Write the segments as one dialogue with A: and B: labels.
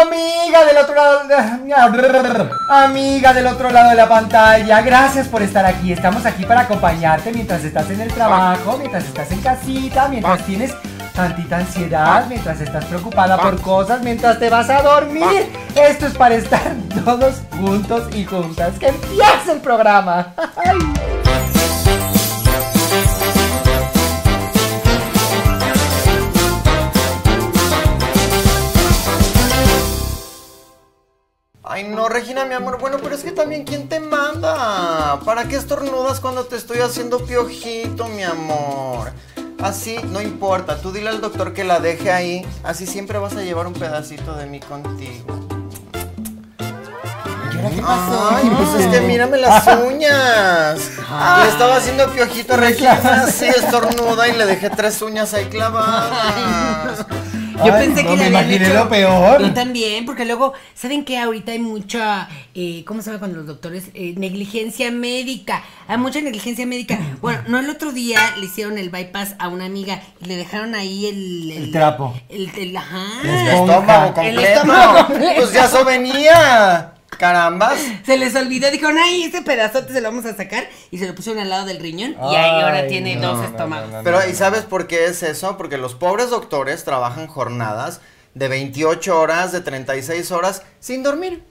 A: Amiga del otro lado. Amiga del otro lado de la pantalla. Gracias por estar aquí. Estamos aquí para acompañarte mientras estás en el trabajo, mientras estás en casita, mientras tienes tantita ansiedad, mientras estás preocupada por cosas, mientras te vas a dormir. Esto es para estar todos juntos y juntas. ¡Que empiece el programa!
B: Ay, no, Regina, mi amor. Bueno, pero es que también, ¿quién te manda? ¿Para qué estornudas cuando te estoy haciendo piojito, mi amor? Así no importa. Tú dile al doctor que la deje ahí. Así siempre vas a llevar un pedacito de mí contigo.
A: ¿Qué
B: Ay, pues es que mírame las uñas. Le estaba haciendo piojito a Regina. Sí, estornuda y le dejé tres uñas ahí clavadas.
C: Yo
A: Ay,
C: pensé
A: no,
C: que
A: me
C: le habían
A: imaginé
C: hecho-
A: lo peor.
C: Yo también, porque luego, ¿saben qué? Ahorita hay mucha, eh, ¿cómo se llama cuando los doctores? Eh, negligencia médica. Hay mucha negligencia médica. Bueno, no el otro día le hicieron el bypass a una amiga y le dejaron ahí el...
A: El trapo.
C: El, el- ajá.
A: La
B: El
A: esponja.
B: estómago
C: El
B: completo.
C: estómago completo.
B: Pues ya eso venía. Carambas.
C: Se les olvidó, dijeron, ay, este pedazote se lo vamos a sacar y se lo pusieron al lado del riñón y ahí ahora
A: Ay,
C: tiene
A: no,
C: dos
A: no,
C: estómagos.
A: no, no,
B: Pero, ¿y sabes por qué es eso? Porque los pobres doctores trabajan jornadas de 28 horas, de 36 horas, sin dormir.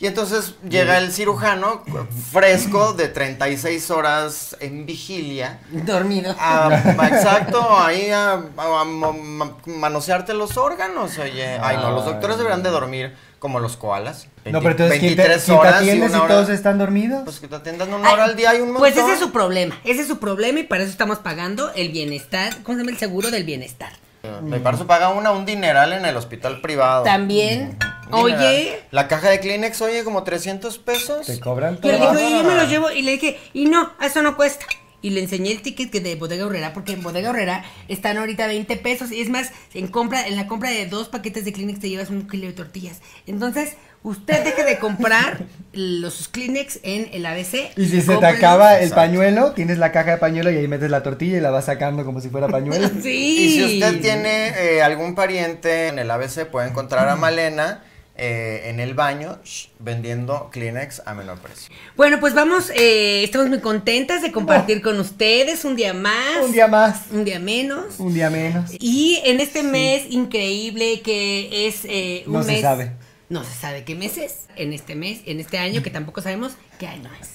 B: Y entonces llega el cirujano cu- fresco de 36 horas en vigilia.
C: Dormido.
B: A, a- exacto, ahí a, a- a mo- ma- manosearte los órganos, oye. Ay, no, los doctores deberán de dormir como los koalas.
A: No, pero entonces, ¿quién te,
B: 23
A: quién te
B: horas y
A: atiende si
B: una hora-
A: todos están dormidos?
B: Pues que te atiendan una hora al día y un montón.
C: Pues ese es su problema, ese es su problema y para eso estamos pagando el bienestar, ¿cómo se llama? El seguro del bienestar.
B: Mm. Mi parso paga una un dineral en el hospital privado.
C: También,
B: Un dineral.
C: oye,
B: La caja de Kleenex, oye, como 300 pesos.
A: Te cobran
C: yo
A: todo.
C: le digo, "Oye, yo me lo llevo y le dije, y no, eso no cuesta. Y le enseñé el ticket que de Bodega Horrera, porque en Bodega Horrera están ahorita 20 pesos. Y es más, en compra, en la compra de dos paquetes de Kleenex te llevas un kilo de tortillas. Entonces, usted deje de comprar los sus Kleenex en el ABC.
A: Y si se te
C: cómprelos.
A: acaba el
B: Exacto.
A: pañuelo, tienes la caja de pañuelo y ahí metes la tortilla y la vas sacando como si fuera pañuelo.
C: Sí.
B: Y si usted tiene eh, algún pariente en el ABC, puede encontrar a Malena eh, en el baño shh, vendiendo Kleenex a menor precio.
C: Bueno, pues vamos, eh, estamos muy contentas de compartir con ustedes un día más.
A: Un día más,
C: Un día menos.
A: un día menos.
C: Y en este mes increíble que es eh, un
A: No
C: mes.
A: se sabe.
C: No se sabe qué mes es. En este mes, en este año, que tampoco sabemos qué año es.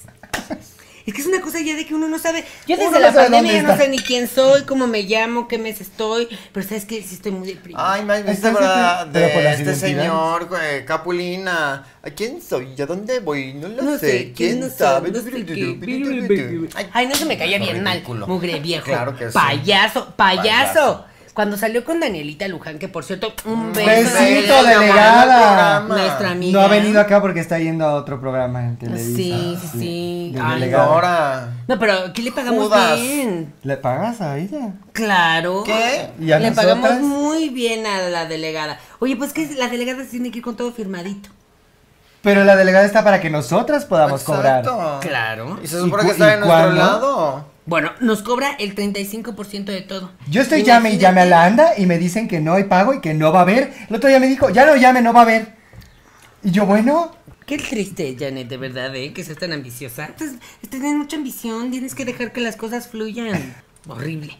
C: Es que es una cosa ya de que uno no sabe. Yo desde
A: Uno no
C: la
A: sabe
C: pandemia
A: dónde
C: ya no
A: está.
C: sé ni quién soy, cómo me llamo, qué mes estoy. Pero sabes que sí estoy muy deprimida.
B: Ay, me viste
A: Entonces,
B: verdad
A: pero por
B: de
A: las
B: este
A: identidades.
B: señor eh, Capulina. ¿A quién soy? ¿A dónde voy? No lo
C: No
B: sé.
C: sé,
B: ¿Quién
C: no
B: sabe?
C: sabe, no sé qué.
B: Ay,
C: Ay, no se me caía
B: Qué
C: bien mal.
B: ridículo.
C: Mugre viejo.
B: Claro que sí.
C: Payaso, payaso. Mm.
B: Payaso.
C: Cuando salió con Danielita Luján, que por cierto, un
A: Besito,
C: beso.
B: Besito,
A: delegada.
B: programa.
C: Nuestra amiga.
A: No ha venido acá porque está yendo a otro programa en Televisa. Ah,
C: Sí, sí, sí.
A: de
C: Ay,
A: delegada.
B: Ahora.
C: No, pero aquí le pagamos
B: Judas.
C: bien.
A: ¿Le pagas a ella?
C: Claro.
B: ¿Qué?
A: ¿Y a
C: le
A: nosotras?
C: pagamos muy bien a la delegada. Oye, pues que la delegada se tiene que ir con todo firmadito.
A: Pero la delegada está para que nosotras podamos cobrar.
B: Exacto.
C: Claro.
B: Y se supone
A: ¿Y cu-
B: que está
A: y
B: de nuestro
A: cuándo?
B: lado.
C: Bueno, nos cobra el 35% de todo.
A: Yo estoy llame y llame a la anda y me dicen que no hay pago y que no va a haber. El otro día me dijo, ya no llame, no va a haber. Y yo, bueno,
C: Qué triste, Janet, de verdad, ¿eh? Que seas tan ambiciosa. Entonces, Pues, tienes mucha ambición, tienes que dejar que las cosas fluyan. Horrible.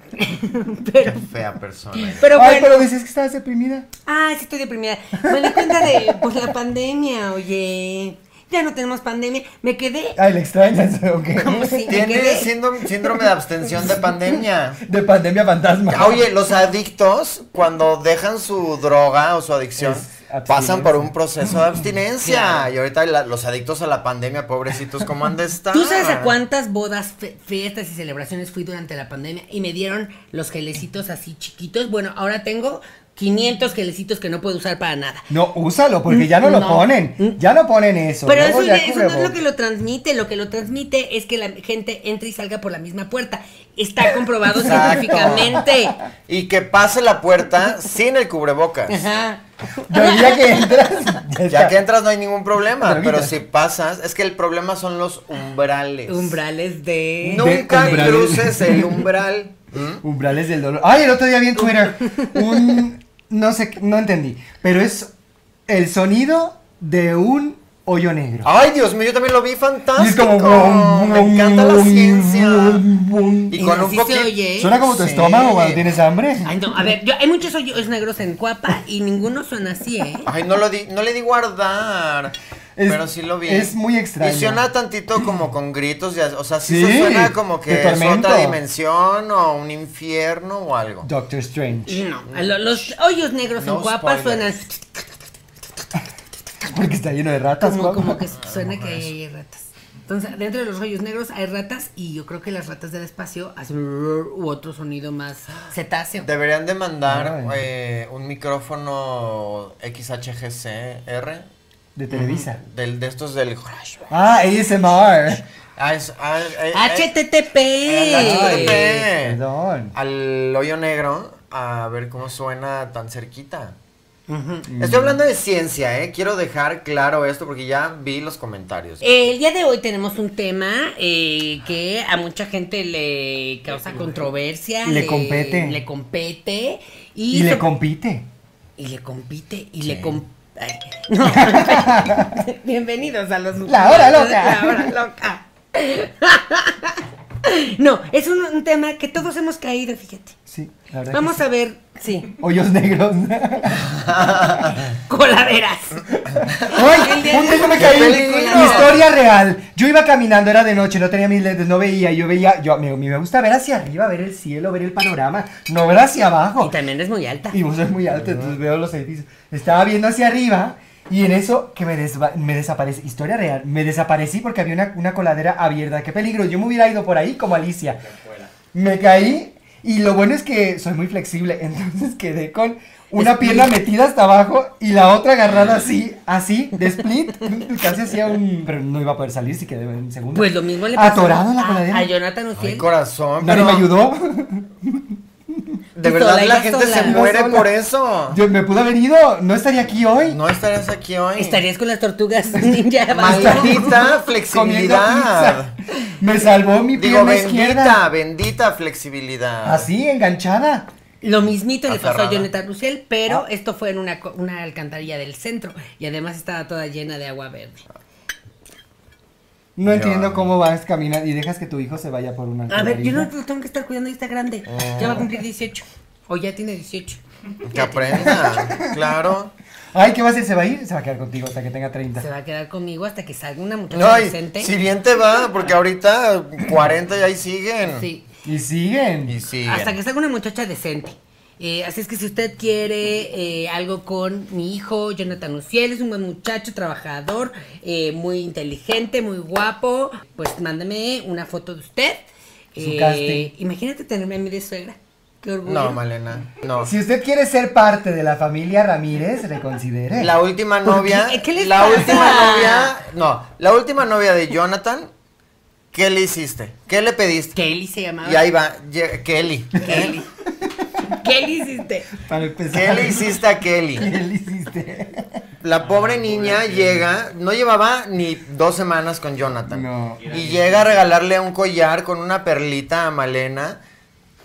C: pero,
B: Fea persona.
C: pero
A: ay,
C: bueno.
A: pero decías que estabas deprimida.
C: Ah, sí estoy deprimida. Me di cuenta de pues, la pandemia, oye. Ya no tenemos pandemia. Me quedé.
A: Ay, le extrañas, ¿ok?
C: Como si- me
B: Tiene
C: quedé.
B: síndrome, síndrome de abstención de pandemia.
A: De pandemia fantasma.
B: Ah, Oye, los adictos, cuando dejan su droga o su adicción,
A: Es abstinencia.
B: pasan por un proceso de abstinencia.
C: Claro.
B: Y ahorita la- los adictos a la pandemia, pobrecitos, ¿cómo han de estar?
C: ¿Tú sabes a cuántas bodas, fe- fiestas y celebraciones fui durante la pandemia? Y me dieron los gelecitos así chiquitos. Bueno, ahora tengo 500 gelecitos que no puedo usar para nada.
A: No, úsalo, porque ya no lo
C: No.
A: ponen. Ya no ponen eso.
C: Pero
A: Luego
C: eso,
A: ya
C: ya- eso no es lo
A: cubrebocas.
C: que lo transmite. Lo que lo transmite es que la gente entre y salga por la misma puerta. Está comprobado
B: Exacto.
C: científicamente.
B: Y que pase la puerta sin el cubrebocas.
C: Ajá.
A: Yo ya que entras. ya
B: Ya
A: está.
B: que entras no hay ningún problema,
A: Droguita.
B: pero si pasas, es que el problema son los umbrales.
C: Umbrales de.
B: Nunca
A: De umbrales.
B: cruces el umbral. ¿Mm?
A: Umbrales del dolor. Ay, el otro día vi en Twitter un no sé, no entendí, pero es el sonido de un hoyo negro.
B: Ay, Dios mío, yo también lo vi fantástico.
A: Y es como brum,
B: Ah, Me
A: brum,
B: encanta la
A: brum,
B: ciencia.
A: brum, brum.
B: Y con un
C: así se
B: poquito.
C: oye, ¿eh?
A: Suena como tu
B: Sí.
A: estómago cuando tienes hambre.
C: Ay, no, a ver, yo- hay muchos hoyos negros en Cuapa y ninguno suena así, ¿eh?
B: Ay, no, lo di, no le di guardar.
A: Es-
B: pero sí lo vi.
A: es muy extraño.
B: Y suena tantito como con gritos. y as- o sea, sí,
A: Sí,
B: se suena como
A: de
B: que es
A: tormento.
B: otra dimensión o un infierno o algo.
A: Doctor Strange.
C: No, a lo- los hoyos negros en
B: No
C: Cuapa suenan
B: spoilers.
A: Porque está lleno de ratas.
C: como,
A: guapa.
C: como que suena que hay ratas. Entonces, dentro de los hoyos negros hay ratas y yo creo que las ratas del espacio hacen u otro sonido más cetáceo.
B: Deberían de mandar
A: Ay.
B: eh, un micrófono XHGCR
A: De Televisa.
B: del, de estos del.
A: Ah, ASMR.
B: Ah, es- ah, eh, eh,
C: HTTP.
B: Ay, Eh.
A: Perdón.
B: al hoyo negro a ver cómo suena tan cerquita. Estoy hablando de ciencia, ¿eh? Quiero dejar claro esto porque ya vi los comentarios.
C: El día de hoy tenemos un tema eh, que a mucha gente le causa controversia.
A: Le compete.
C: Le compete. Y,
A: Y le
C: so-
A: compite.
C: y le compite. Y le
B: Sí.
C: com- Ay, no. Bienvenidos a los...
A: La hora loca.
C: La hora loca. no, es un, un tema que todos hemos caído, fíjate.
A: Sí, la verdad.
C: Vamos
A: que
C: a ver, sí,
A: sí. Hoyos negros.
C: coladeras. El
A: ¡Ay!
C: día
A: Un
C: de
A: día yo me
C: hoy-
A: caí.
B: peligro!
A: Historia real. Yo iba caminando, era de noche, no tenía mis lentes, no veía. Yo veía. Yo, me, me gusta ver hacia arriba, ver el cielo, ver el panorama. No ver hacia abajo.
C: Y también es muy alta.
A: Y vos sos muy alto, entonces veo los edificios. Estaba viendo hacia arriba y en eso que me, desva- me desaparece. Historia real. Me desaparecí porque había una, una coladera abierta. Qué peligro. Yo me hubiera ido por ahí como Alicia. Me caí y lo bueno es que soy muy flexible. Entonces quedé con una pierna metida hasta abajo y la otra agarrada así, así, de split. Casi hacía un... Pero no iba a poder salir si quedé en segundo.
C: Pues lo mismo le pasó
A: Atorado en la
C: a-
A: coladera.
C: a, Jonathan
B: Ay,
C: Uciel.
B: corazón,
A: Nadie
B: pero
A: me ayudó.
B: de
C: Sola,
B: verdad
C: iba
B: la gente
C: sola.
B: se
A: Iba
B: muere
A: sola.
B: por eso.
A: Yo me pude haber ido. No estaría aquí hoy.
B: No estarías aquí hoy.
C: Estarías con las tortugas ninja.
B: Maldita
A: comiendo
B: flexibilidad.
A: pizza. Me salvó mi
B: Digo,
A: pierna
B: bendita,
A: izquierda.
B: bendita flexibilidad.
A: Así, enganchada.
C: Lo mismito le pasó a
B: Aferrada.
C: Jonathan Uciel, pero
A: Ah.
C: esto fue en una, co- una alcantarilla del centro y además estaba toda llena de agua verde.
A: No
B: Ya.
A: entiendo cómo vas caminando y dejas que tu hijo se vaya por una
C: A ver, yo no
A: alcantarilla.
C: lo tengo que estar cuidando, ya está grande.
B: Ah.
C: Ya va a cumplir 18. O ya tiene 18.
B: Que aprenda, claro.
A: Ay, ¿qué va a hacer? ¿Se va a ir? Se va a quedar contigo hasta que tenga 30.
C: Se va a quedar conmigo hasta que salga una muchacha
B: Ay,
C: decente.
B: si bien te va, porque ahorita 40 y ahí siguen.
C: Sí.
A: Y siguen.
B: Y siguen.
C: Hasta que salga una muchacha decente. Eh, así es que si usted quiere eh, algo con mi hijo, Jonathan Uciel, es un buen muchacho, trabajador, eh, muy inteligente, muy guapo, pues mándame una foto de usted. Eh,
A: Su casting.
C: Imagínate tenerme a mí de suegra. Qué orgullo.
B: No, Malena, no.
A: Si usted quiere ser parte de la familia Ramírez, reconsidere.
B: La última novia.
C: qué? ¿Qué les
B: la
C: pasa?
B: última novia. No, la última novia de Jonathan. ¿Qué le hiciste? ¿Qué le pediste?
C: Kelly se llamaba.
B: Y ahí va, ye- Kelly.
C: Kelly. Kelly hiciste.
A: Para empezar.
B: ¿Qué le hiciste a Kelly?
A: ¿Qué le hiciste?
B: La pobre niña llega, no llevaba ni dos semanas con Jonathan.
A: No.
B: Y llega a regalarle un collar con una perlita a Malena.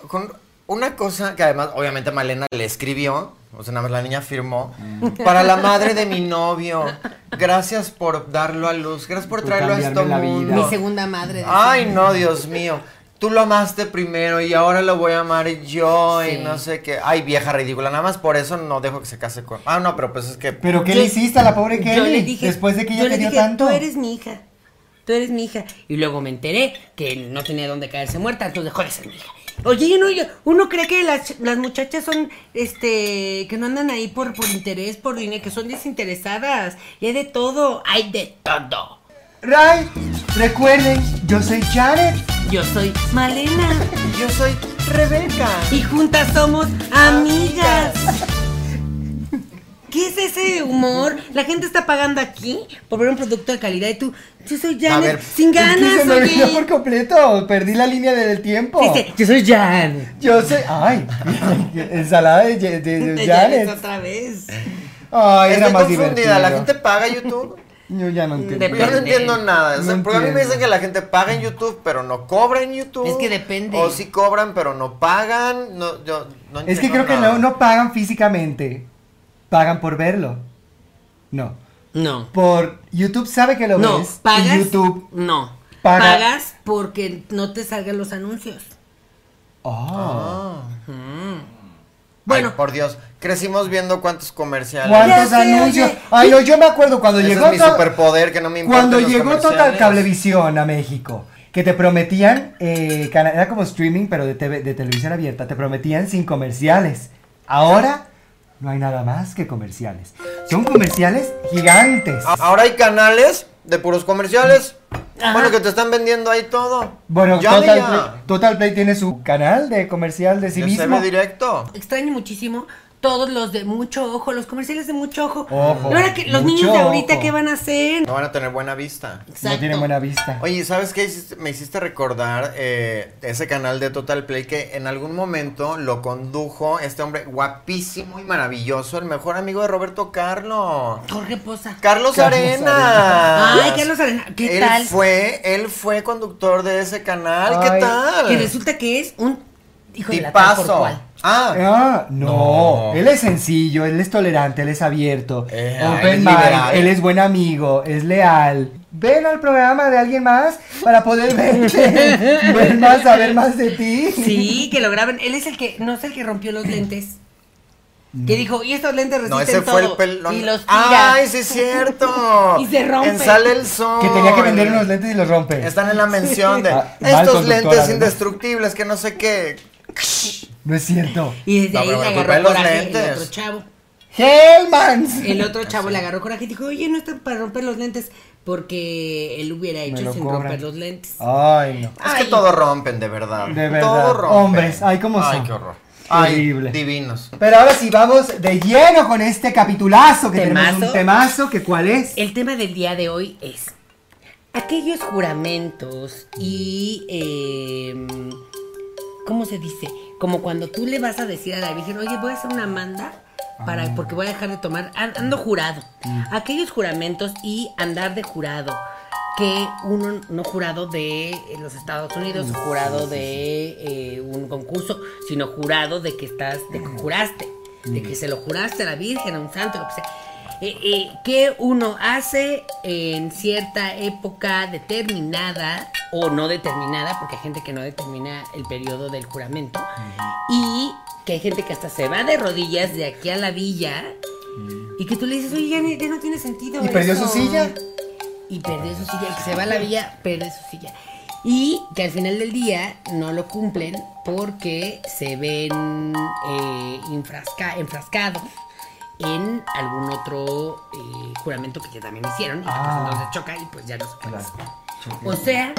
B: Con una cosa que además, obviamente, Malena le escribió. O sea, nada más la niña firmó.
A: Mm.
B: Para la madre de mi novio. Gracias por darlo a luz. Gracias por
A: Por
B: traerlo a
A: cambiarme
B: este
A: la vida.
B: mundo.
C: Mi segunda madre.
B: Ay, no, Dios mío. Tú lo amaste primero y ahora lo voy a amar yo
C: Sí.
B: y no sé qué. Ay, vieja ridícula. Nada más por eso no dejo que se case con. Ah, no, pero pues es que.
A: ¿Pero qué
C: Yo-
A: le hiciste a la pobre Kelly?
C: Yo le dije,
A: después de que
C: yo
A: ella
C: le
A: te dio
C: dije,
A: tanto.
C: Tú eres mi hija. Tú eres mi hija. Y luego me enteré que no tenía dónde caerse muerta, entonces dejó de ser mi hija. Oye, yo no, yo- uno cree que las, ch- las muchachas son, este, que no andan ahí por, por interés, por dinero, que son desinteresadas. Y hay de todo, hay de todo.
A: Ray, recuerden, yo soy Jared.
C: Yo soy Malena
B: Yo soy Rebeca.
C: y juntas somos amigas. ¿Qué es ese humor? La gente está pagando aquí por ver un producto de calidad y tú, yo soy
B: A
C: Janet,
B: ver,
C: sin
A: Es que
C: ganas,
A: se me olvidó
C: oye.
A: por completo. Perdí la línea de- del tiempo.
C: Dice, yo soy Jan.
A: Yo sé. Ay, ensalada de, de, de- de
C: Te llamas
A: Janet.
C: otra vez.
A: Ay, era
B: Estoy
A: más
B: confundida.
A: divertida.
B: La gente paga YouTube.
A: Yo ya no entiendo.
C: Depende.
B: Yo no entiendo nada. O sea,
A: No
B: porque a mí me
A: entiendo.
B: dicen que la gente paga en YouTube, pero no cobra en YouTube.
C: Es que depende.
B: O sí cobran, pero no pagan. No, yo no
A: Es que
B: entiendo
A: creo que
B: nada.
A: no, no pagan físicamente. Pagan por verlo. No.
C: No.
A: Por YouTube sabe que lo
C: No,
A: ves. y
C: pagas.
A: YouTube.
C: No.
A: paga-
C: Pagas porque no te salgan los anuncios.
A: Oh.
B: Ah.
C: Bueno.
B: Ay, por Dios. Crecimos viendo cuántos comerciales.
A: ¿Cuántos
C: Ya sé,
A: anuncios?
C: oye.
A: Ay, no, yo me acuerdo cuando
B: Ese
A: llegó.
B: es mi
A: to-
B: superpoder que no me importa.
A: Cuando llegó Total Cablevisión a México, que te prometían, eh, cana- era como streaming, pero de, TV de televisión abierta, te prometían sin comerciales. Ahora no hay nada más que comerciales. Son comerciales gigantes.
B: Ahora hay canales de puros comerciales.
C: Ajá.
B: Bueno, que te están vendiendo ahí todo.
A: Bueno,
B: Llame
A: Total,
B: ya.
A: Play, Total Play tiene su canal de comercial de sí
B: De
A: mismo.
B: CB directo.
C: Extraño muchísimo todos los de mucho ojo, los comerciales de mucho ojo.
A: Ojo,
C: Y ahora que los
A: mucho
C: niños de ahorita,
A: ojo.
C: ¿qué van a hacer?
B: No van a tener buena vista.
A: No tiene buena vista.
B: Oye, ¿sabes qué? hiciste? Me hiciste recordar eh, ese canal de Total Play que en algún momento lo condujo este hombre guapísimo y maravilloso, el mejor amigo de Roberto Carlos.
C: Jorge Poza.
B: Carlos,
A: Carlos
B: Arena.
C: Ay, Carlos Arena, ¿qué
B: él
C: tal?
B: Fue, él fue conductor de ese canal, ¿qué
A: Ay,
B: tal?
C: Que resulta que es un hijo de la tal por
B: Tipazo.
C: cual.
B: Ah,
A: Ah, no.
B: No.
A: Él es sencillo, él es tolerante, él es abierto.
B: Eh, él es
A: open mind,
B: liberal.
A: él es buen amigo, es leal. Ven al programa de alguien más para poder verte, ver más, saber más de ti.
C: Sí, que lo graben. Él es el que, no es el que rompió los lentes. Que dijo, y estos lentes resisten
B: no, ese
C: todo.
B: fue el pelón. Ah,
C: Y los tira.
B: Ay, sí es cierto.
C: Y se rompe.
B: En Sale el Sol.
A: Que tenía que vender unos lentes y los rompe.
B: Están en la mención de
A: Ah, mal
B: estos
A: conductora,
B: lentes
A: ¿no?
B: indestructibles que no sé qué.
A: No es cierto.
C: Y desde
B: No,
C: ahí
B: pero
C: le
B: bueno,
C: agarró
B: culpa de los
C: coraje el
B: lentes. Ah,
C: otro chavo.
A: Hellmans.
C: El otro chavo le agarró coraje y dijo, oye, no está para romper los lentes. Porque él hubiera
A: Me
C: hecho
A: lo
C: sin
A: cobran.
C: romper los lentes.
A: Ay, no.
B: Es que
C: Ay.
B: todo rompen, de verdad.
A: De verdad.
B: Todo rompen.
A: Hombres, ay, cómo
B: Ay,
A: son.
B: qué horror.
A: Horrible.
B: Ay, divinos.
A: Pero ahora sí, vamos de lleno con este capitulazo que tenemos
C: Temazo.
A: un temazo, que cuál es.
B: Eh,
C: Pues, El tema del día de hoy es aquellos juramentos y em, ¿cómo se dice? Como cuando tú le vas a decir a la Virgen, oye, voy a hacer una manda para, porque voy a dejar de tomar, an- ando jurado. Aquellos juramentos y andar de jurado. Que uno no jurado de eh, los Estados Unidos, jurado de eh, un concurso, sino jurado de que estás, de que juraste, de que se lo juraste a la Virgen, a un santo, lo que sea. Eh, eh, que uno hace en cierta época determinada o no determinada, porque hay gente que no determina el periodo del juramento, y que hay gente que hasta se va de rodillas de aquí a la villa y que tú le dices, oye, ya, ni- ya no tiene sentido.
A: ¿Y perdió
C: eso".
A: su silla?
C: Y perdió su silla, el que se va a la villa, pierde su silla. Y que al final del día no lo cumplen porque se ven eh, infrasca- enfrascados en algún otro eh, juramento que ya también hicieron y que
A: Ah.
C: pues entonces choca y pues ya los
A: Claro.
C: O sea,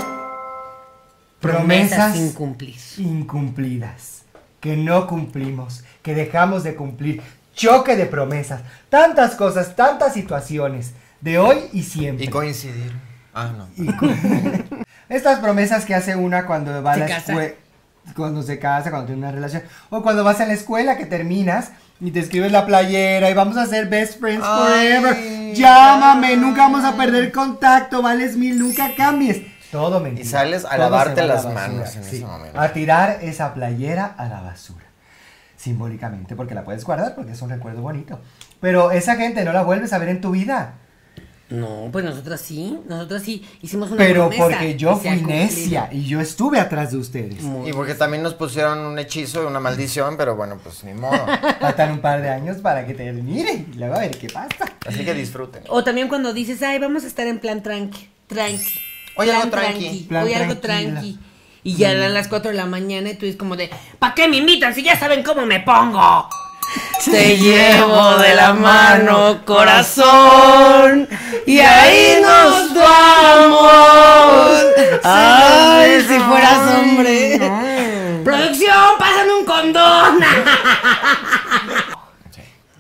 A: Promesas
C: sin cumplir.
A: incumplidas, que no cumplimos, que dejamos de cumplir, choque de promesas, tantas cosas, tantas situaciones, de hoy y siempre.
B: Y coincidir. Ah, no.
A: Y co- Estas promesas que hace una cuando va a
C: Se
A: la
C: casa.
A: escuela, cuando se casa, cuando tiene una relación, o cuando vas a la escuela que terminas y te escribes la playera y vamos a ser best friends
B: Ay,
A: forever, llámame,
B: ay.
A: nunca vamos a perder contacto, vales mil, nunca cambies. Todo mentira.
B: sales a
A: Todo se
B: lavarte
A: va a la
B: las
A: basura,
B: manos en ese momento.
A: A tirar esa playera a la basura. Simbólicamente, porque la puedes guardar, porque es un recuerdo bonito. Pero esa gente no la vuelves a ver en tu vida.
C: No, pues nosotras sí, nosotras sí hicimos una
A: Pero
C: promesa
A: porque yo
C: y se ha
A: fui
C: cumplido.
A: necia y yo estuve atrás de ustedes.
B: Y porque también nos pusieron un hechizo y una maldición, pero bueno, pues ni modo.
A: Faltan un par de años para que termine y luego a ver qué pasa.
B: Así que disfruten.
C: O también cuando dices, ay, vamos a estar en plan tranqui, tranqui.
B: Hoy
C: plan
B: algo tranqui. Mm.
A: Plan
C: hoy algo
A: tranquila.
C: tranqui. Y ya eran las 4 de la mañana y tú es como de, ¿para qué me invitan si ya saben cómo me pongo? Te llevo de la mano, corazón, y ahí nos vamos. Ay, si fueras hombre. Producción, pásame un condón.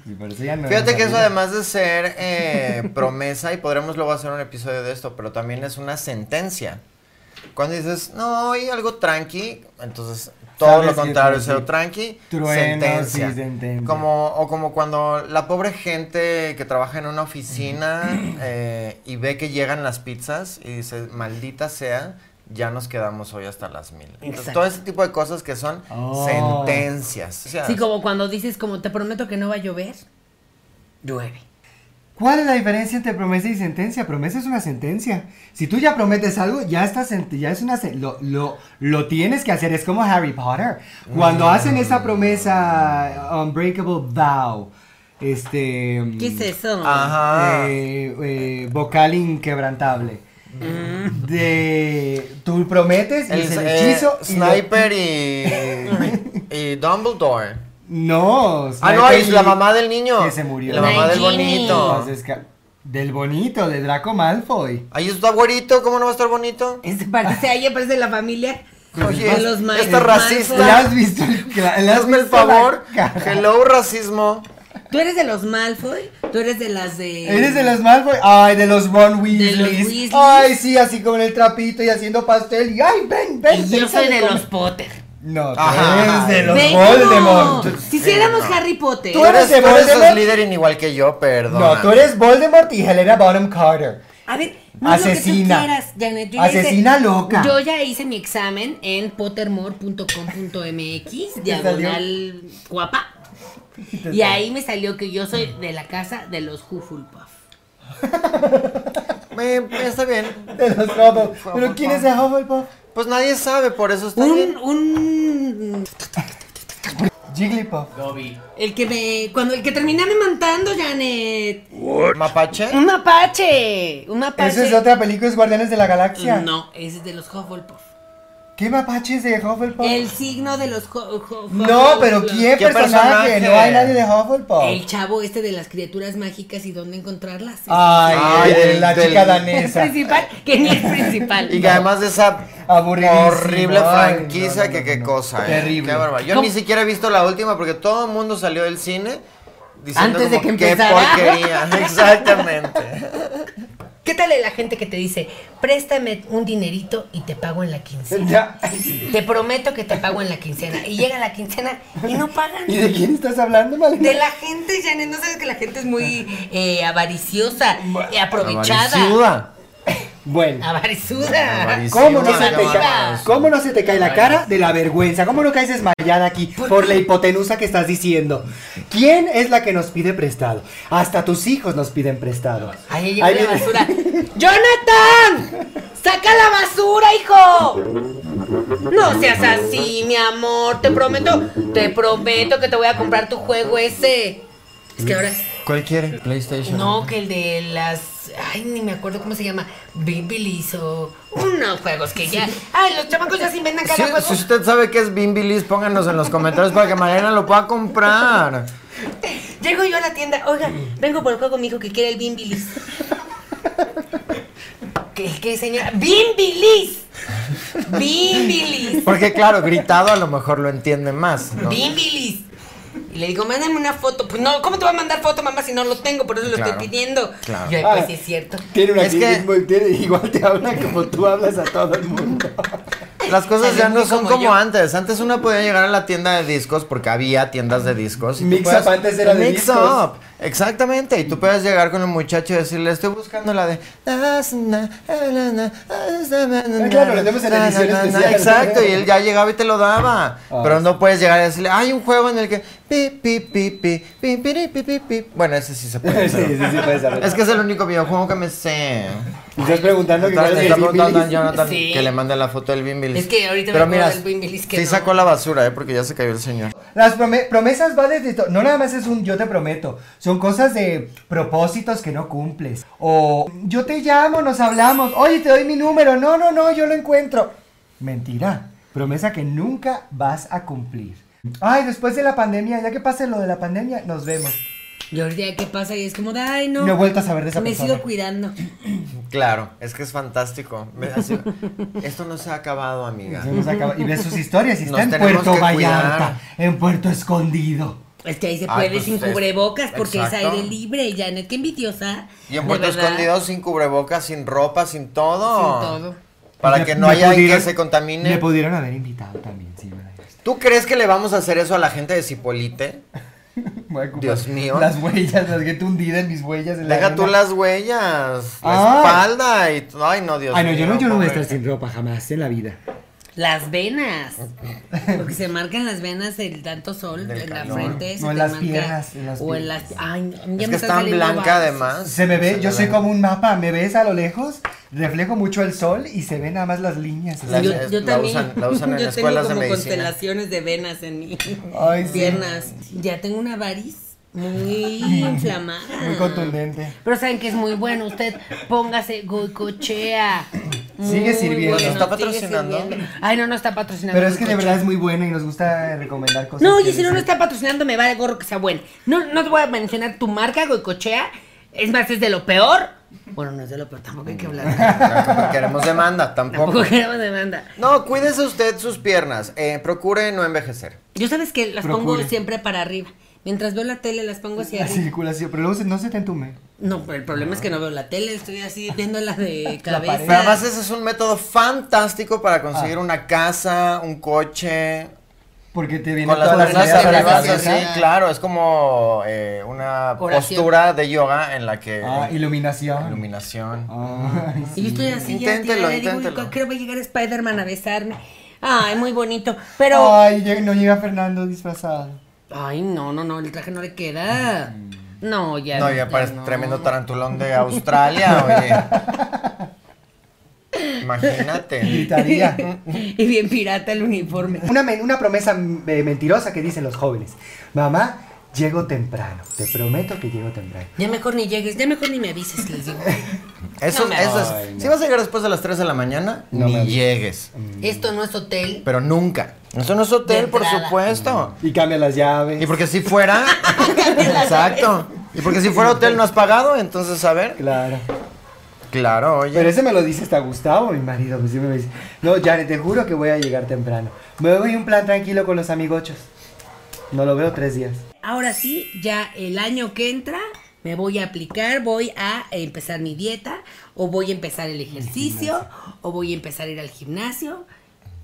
A: Y por eso ya no
B: Fíjate
A: nos
B: que eso
A: ayuda.
B: además de ser eh, promesa, y podremos luego hacer un episodio de esto, pero también es una sentencia. Cuando dices, no, hay algo tranqui, entonces todo
A: Sabes
B: lo
A: que pues,
B: contrario,
A: sí.
B: cero tranqui,
A: Trueno,
B: sentencia.
A: sí, sentencia.
B: Como, o como cuando la pobre gente que trabaja en una oficina eh, y ve que llegan las pizzas y dice, maldita sea, ya nos quedamos hoy hasta las mil. Entonces,
C: Exacto.
B: todo ese tipo de cosas que son
A: Oh.
B: sentencias. O sea,
C: Sí, como cuando dices, como te prometo que no va a llover, llueve.
A: ¿Cuál es la diferencia entre promesa y sentencia? Promesa es una sentencia. Si tú ya prometes algo, ya estás en- ya es una sen- lo, lo, lo tienes que hacer. Es como Harry Potter. Cuando
B: Mm.
A: hacen esa promesa Unbreakable Vow, este
C: ¿Qué es eso?
B: Ah. Ajá.
A: eh, eh, vocal inquebrantable.
C: Mm.
A: De tú prometes y
B: el,
A: es el
B: eh,
A: hechizo y lo-
B: Sniper y, y Dumbledore.
A: no,
B: Ah, no,
A: Sniper
B: es la mamá del niño.
A: que se murió.
B: La mamá del
C: Nagini.
B: bonito.
A: Entonces, ca- del bonito, de Draco Malfoy.
B: Ahí está güerito, ¿cómo no va a estar bonito?
C: Este parece ahí, aparece la familia.
B: Oye,
C: de los ma-
B: esta
C: ma-
B: racista.
A: ¿Le has visto el cla- le has
B: Hazme el
A: visto la
B: favor.
A: cara?
B: Hello, racismo.
C: Tú eres de los Malfoy, tú eres de las de...
A: ¿Eres de los Malfoy? Ay, de los Ron Weasleys.
C: Weasleys.
A: Ay, sí, así con el trapito y haciendo pastel. Y ay, ven, ven.
C: Y yo
A: ven,
C: soy
A: ven,
C: de
A: come.
C: los Potter.
A: No, tú
B: Ajá.
A: eres de los
C: Ven,
A: Voldemort.
C: no. Si hiciéramos Harry Potter.
A: Tú eres de
B: tú eres
A: Voldemort.
B: líder igual que yo, perdón.
A: No, tú eres Voldemort y Helena Bonham Carter.
C: A ver, no
A: Asesina.
C: Es lo que tú quieras, Janet. Yo ya hice-
A: Asesina loca.
C: Yo ya hice mi examen en pottermore.com.mx, diagonal guapa. Y ahí me salió que yo soy de la casa de los Hufflepuff.
B: Me- me está bien.
A: De los Hufflepuff. ¿Pero quién es el Hufflepuff?
B: Pues nadie sabe, por eso está
C: Un,
B: bien.
C: un,
A: Jigglypuff.
C: el que me, cuando, el que terminaba matando, Janet.
B: ¿Mapache?
C: Un mapache, un mapache.
A: Eso es otra película, es Guardianes de la Galaxia.
C: No, ese es de los Hufflepuff.
A: ¿Qué mapaches de Hufflepuff?
C: El signo de los Hu- Hu-
A: Oh. No, pero
C: Hufflepuff.
A: ¿quién
B: ¿Qué
A: personaje?
B: personaje?
A: No hay nadie de Hufflepuff.
C: El chavo este de las criaturas mágicas y dónde encontrarlas.
A: Ay,
B: Ay,
A: el-
B: del-
A: la
B: del-
A: chica
C: Es
A: danesa.
C: principal, que ni es principal.
B: Y que además de esa
A: Aburridísimo.
B: horrible
A: Ay, no,
B: franquicia,
A: no,
B: que
A: no,
B: qué
A: no.
B: cosa, ¿eh?
A: Terrible.
B: Qué bárbaro. Yo
C: ¿Cómo?
B: ni siquiera he visto la última porque todo el mundo salió del cine diciendo
C: Antes de
B: como,
C: que
B: qué
C: empezara".
B: porquería. Exactamente.
C: ¿Qué tal la gente que te dice, préstame un dinerito y te pago en la quincena?
A: Ya.
C: Te prometo que te pago en la quincena. Y llega la quincena y no pagan.
A: ¿Y de quién estás hablando, Malena?
C: De la gente, Janet, no sabes que la gente es muy eh, avariciosa, eh, aprovechada,
B: Avariciuda.
C: Ah,
A: Bueno.
C: avarizuda.
B: Avarici-
A: ¿Cómo no,
C: Sí,
A: se
C: no,
A: te
C: no,
A: ca-
C: no, no.
A: ¿Cómo no se te cae la cara de la vergüenza? ¿Cómo no caes desmayada aquí por la hipotenusa que estás diciendo? ¿Quién es la que nos pide prestado? Hasta tus hijos nos piden prestado.
C: Ahí llegó
A: Ahí
C: la
A: viene.
C: basura. ¡Jonathan! ¡Saca la basura, hijo! No seas así, mi amor. Te prometo, te prometo que te voy a comprar tu juego ese. Es que ahora.
B: ¿Cuál quiere? PlayStation.
C: No, que el de las. Ay, ni me acuerdo cómo se llama. Bimbilis o. Unos juegos que ya. Ay, los chamacos ya se inventan cada
B: Sí,
C: juego.
B: si usted sabe qué es Bimbilis, pónganos en los comentarios para que Mariana lo pueda comprar.
C: Llego yo a la tienda. Oiga, vengo por el juego, mi hijo, que quiere el Bimbilis. ¿Qué, qué señora? ¡Bimbilis! ¡Bimbilis!
B: Porque claro, gritado a lo mejor lo entiende más. ¿no?
C: ¡Bimbilis! Y le digo, mándame una foto. Pues no, ¿cómo te va a mandar foto, mamá, si no lo tengo? Por eso lo
B: Claro,
C: estoy pidiendo.
B: claro.
C: Yo, ay,
A: Ah.
C: pues sí es cierto.
A: Tiene una
B: Es que-
A: actitud muy- tiene- igual te habla como tú hablas a todo el mundo.
B: Las cosas
C: Salió
B: ya no
C: muy
B: son
C: como
B: como
C: yo.
B: antes. Antes uno podía llegar a la tienda de discos porque había tiendas de discos. y tú
A: Mix
B: puedes-
A: Up antes era de
B: Mix
A: discos.
B: Up, Exactamente. Y tú puedes llegar con un muchacho y decirle, estoy buscando la de... Claro,
A: Ah, claro, lo tenemos en edición especial.
B: Exacto, y él ya llegaba y te lo daba.
A: Ah,
B: Pero
A: sí.
B: no puedes llegar a decirle, hay un juego en el que... pi, pi, pi, pi, pi, piri, pi, pi, pi". Bueno, ese sí se puede.
A: Sí,
B: pero-
A: sí, sí, puedes saber.
B: Es que es el único videojuego que me sé.
A: Estás preguntando que
B: Está-
A: cuál es
B: le
A: el
B: está preguntando a
A: Billy.
B: Jonathan
C: Sí.
B: que le mande la foto del Bimbilis.
C: Es que ahorita me
B: Pero
C: acuerdo
B: mira,
C: del Bimbilis que
B: sí
C: no.
B: sacó la basura, ¿eh? Porque ya se cayó el señor.
A: Las prome- promesas va desde to- no nada más es un yo te prometo, son cosas de propósitos que no cumples o yo te llamo, nos hablamos, oye te doy mi número, no no no yo lo encuentro, mentira, promesa que nunca vas a cumplir. Ay después de la pandemia, ya que pase lo de la pandemia nos vemos.
C: Y ahorita, ¿qué pasa? Y es como, de, ay, no.
A: No he vuelto a saber de esa
C: Me
A: persona.
C: sigo cuidando.
B: Claro, es que es fantástico. Ve, así- esto no se ha acabado, amiga.
A: Se nos acaba- Y ves sus historias y
B: Nos
A: está en
B: tenemos
A: Puerto
B: que
A: Vallarta, en Puerto Escondido.
C: Es que Este, ahí se
B: Ah,
C: puede
B: pues,
C: sin
B: es-
C: cubrebocas porque es
B: exacto.
C: aire libre, Janet. Qué envidiosa.
B: Y en
C: de
B: Puerto
C: verdad.
B: Escondido sin cubrebocas, sin ropa, sin todo.
C: Sin todo.
B: Para
A: Me-
B: que no
A: me
B: haya en que
A: pudieron-
B: se
A: Me
B: contamine.
A: pudieron haber invitado también, sí, me-
B: ¿Tú crees que le vamos a hacer eso a la gente de Cipolite?
A: Voy a ocupar
B: Dios mío.
A: Las huellas, las que tú hundida en mis huellas. En la
B: Deja tú
A: arena.
B: las huellas, la
A: Ah.
B: espalda y... Ay, no, Dios
A: Ay, Ah, no, yo no, yo no voy a
B: pobre.
A: estar sin ropa jamás en la vida.
C: Las venas. Porque se marcan las venas del tanto sol
B: Del
C: en la
B: calor.
C: frente. se
A: No, en
C: te
A: las
C: marca-
A: piernas, en las
C: o en las.
A: piernas.
C: Ay, no, ya
B: Es
C: me
B: que
C: está
B: es tan
C: saliendo
B: blanca
C: babas.
B: además.
A: Se me ve, yo soy
B: ve.
A: como un mapa, me ves a lo lejos, reflejo mucho el sol y se ven nada más las líneas. así.
B: La-
C: Yo,
B: es-
C: yo
B: la
C: también.
B: usan- la usan en
C: yo
B: escuelas de
C: tengo como
B: medicina.
C: constelaciones de venas en mi
A: Ay, sí.
C: piernas. Ya tengo una variz muy inflamada.
A: Muy contundente.
C: Pero saben que es muy bueno. Usted póngase goicochea.
A: Sigue
C: Muy
A: sirviendo.
C: bueno,
B: ¿Está
C: sigue
B: patrocinando?
C: sirviendo. Ay, no, no está patrocinando.
A: Pero es que de
C: goicochea.
A: verdad es muy buena y nos gusta recomendar cosas.
C: No,
A: que
C: y si no, no
A: les-
C: está patrocinando, me vale gorro que sea bueno. No, no te voy a mencionar tu marca, Goicochea. Es más, es de lo peor. Bueno, no es de lo peor, tampoco hay que hablar.
B: Tampoco queremos demanda,
C: tampoco
B: tampoco.
C: queremos demanda.
B: No, cuídese usted sus piernas. eh, procure no envejecer.
C: Yo sabes que las pongo
A: Procure.
C: siempre para arriba. Mientras veo la tele, las pongo hacia
A: La
C: arriba.
A: circulación, pero luego se- no se te entume.
C: No, pero el problema es que no veo la tele, estoy así viendo la de
A: pared.
B: Pero además
C: cabeza.
B: ese es un método fantástico para conseguir
A: Ah.
B: una casa, un coche.
A: Porque te vienen
B: Con las
A: todas las
B: piernas
A: ideas a la
B: arriba,
C: arriba,
A: cabeza.
B: sí,
C: cabeza.
B: claro, es como eh, una
C: Oración.
B: postura de yoga en la que
A: Ah, iluminación.
B: iluminación.
A: Ay,
C: y yo estoy así,
B: Inténtelo,
C: ya tirada, digo,
B: inténtelo.
C: "Uy, creo que va a llegar Spider-Man a besarme. Ay, muy bonito. Pero.
A: Ay, lleg- no llega Fernando disfrazado.
C: Ay, no, no, no, el traje no le queda. No, ya
B: No, ya parece
C: no.
B: tremendo tarantulón de Australia, oye. Imagínate.
A: Gritaría.
C: Y bien pirata el uniforme.
A: Una, men- una promesa mm, eh, mentirosa que dicen los jóvenes. Mamá, llego temprano. Te prometo que llego temprano.
C: Ya mejor ni llegues, ya mejor ni me avises, les digo.
B: Eso,
C: No me-
B: eso es.
A: Ay, no.
B: Si vas a llegar después de las 3 de la mañana,
A: No
B: ni
A: me-
B: llegues.
C: Esto no es hotel.
B: Pero nunca. Eso no es hotel,
C: De
B: por
C: entrada.
B: supuesto.
A: Y cambia las llaves.
B: Y porque si fuera. exacto. Y porque si fuera hotel no has pagado, entonces a ver.
A: Claro.
B: Claro, oye.
A: Pero ese me lo dice hasta Gustavo, mi marido. pues, siempre me dice, no, Janet, te juro que voy a llegar temprano. Me voy a un plan tranquilo con los amigochos. No lo veo tres días.
C: Ahora sí, ya el año que entra me voy a aplicar, voy a empezar mi dieta, o voy a empezar el ejercicio, o voy a empezar a ir al gimnasio.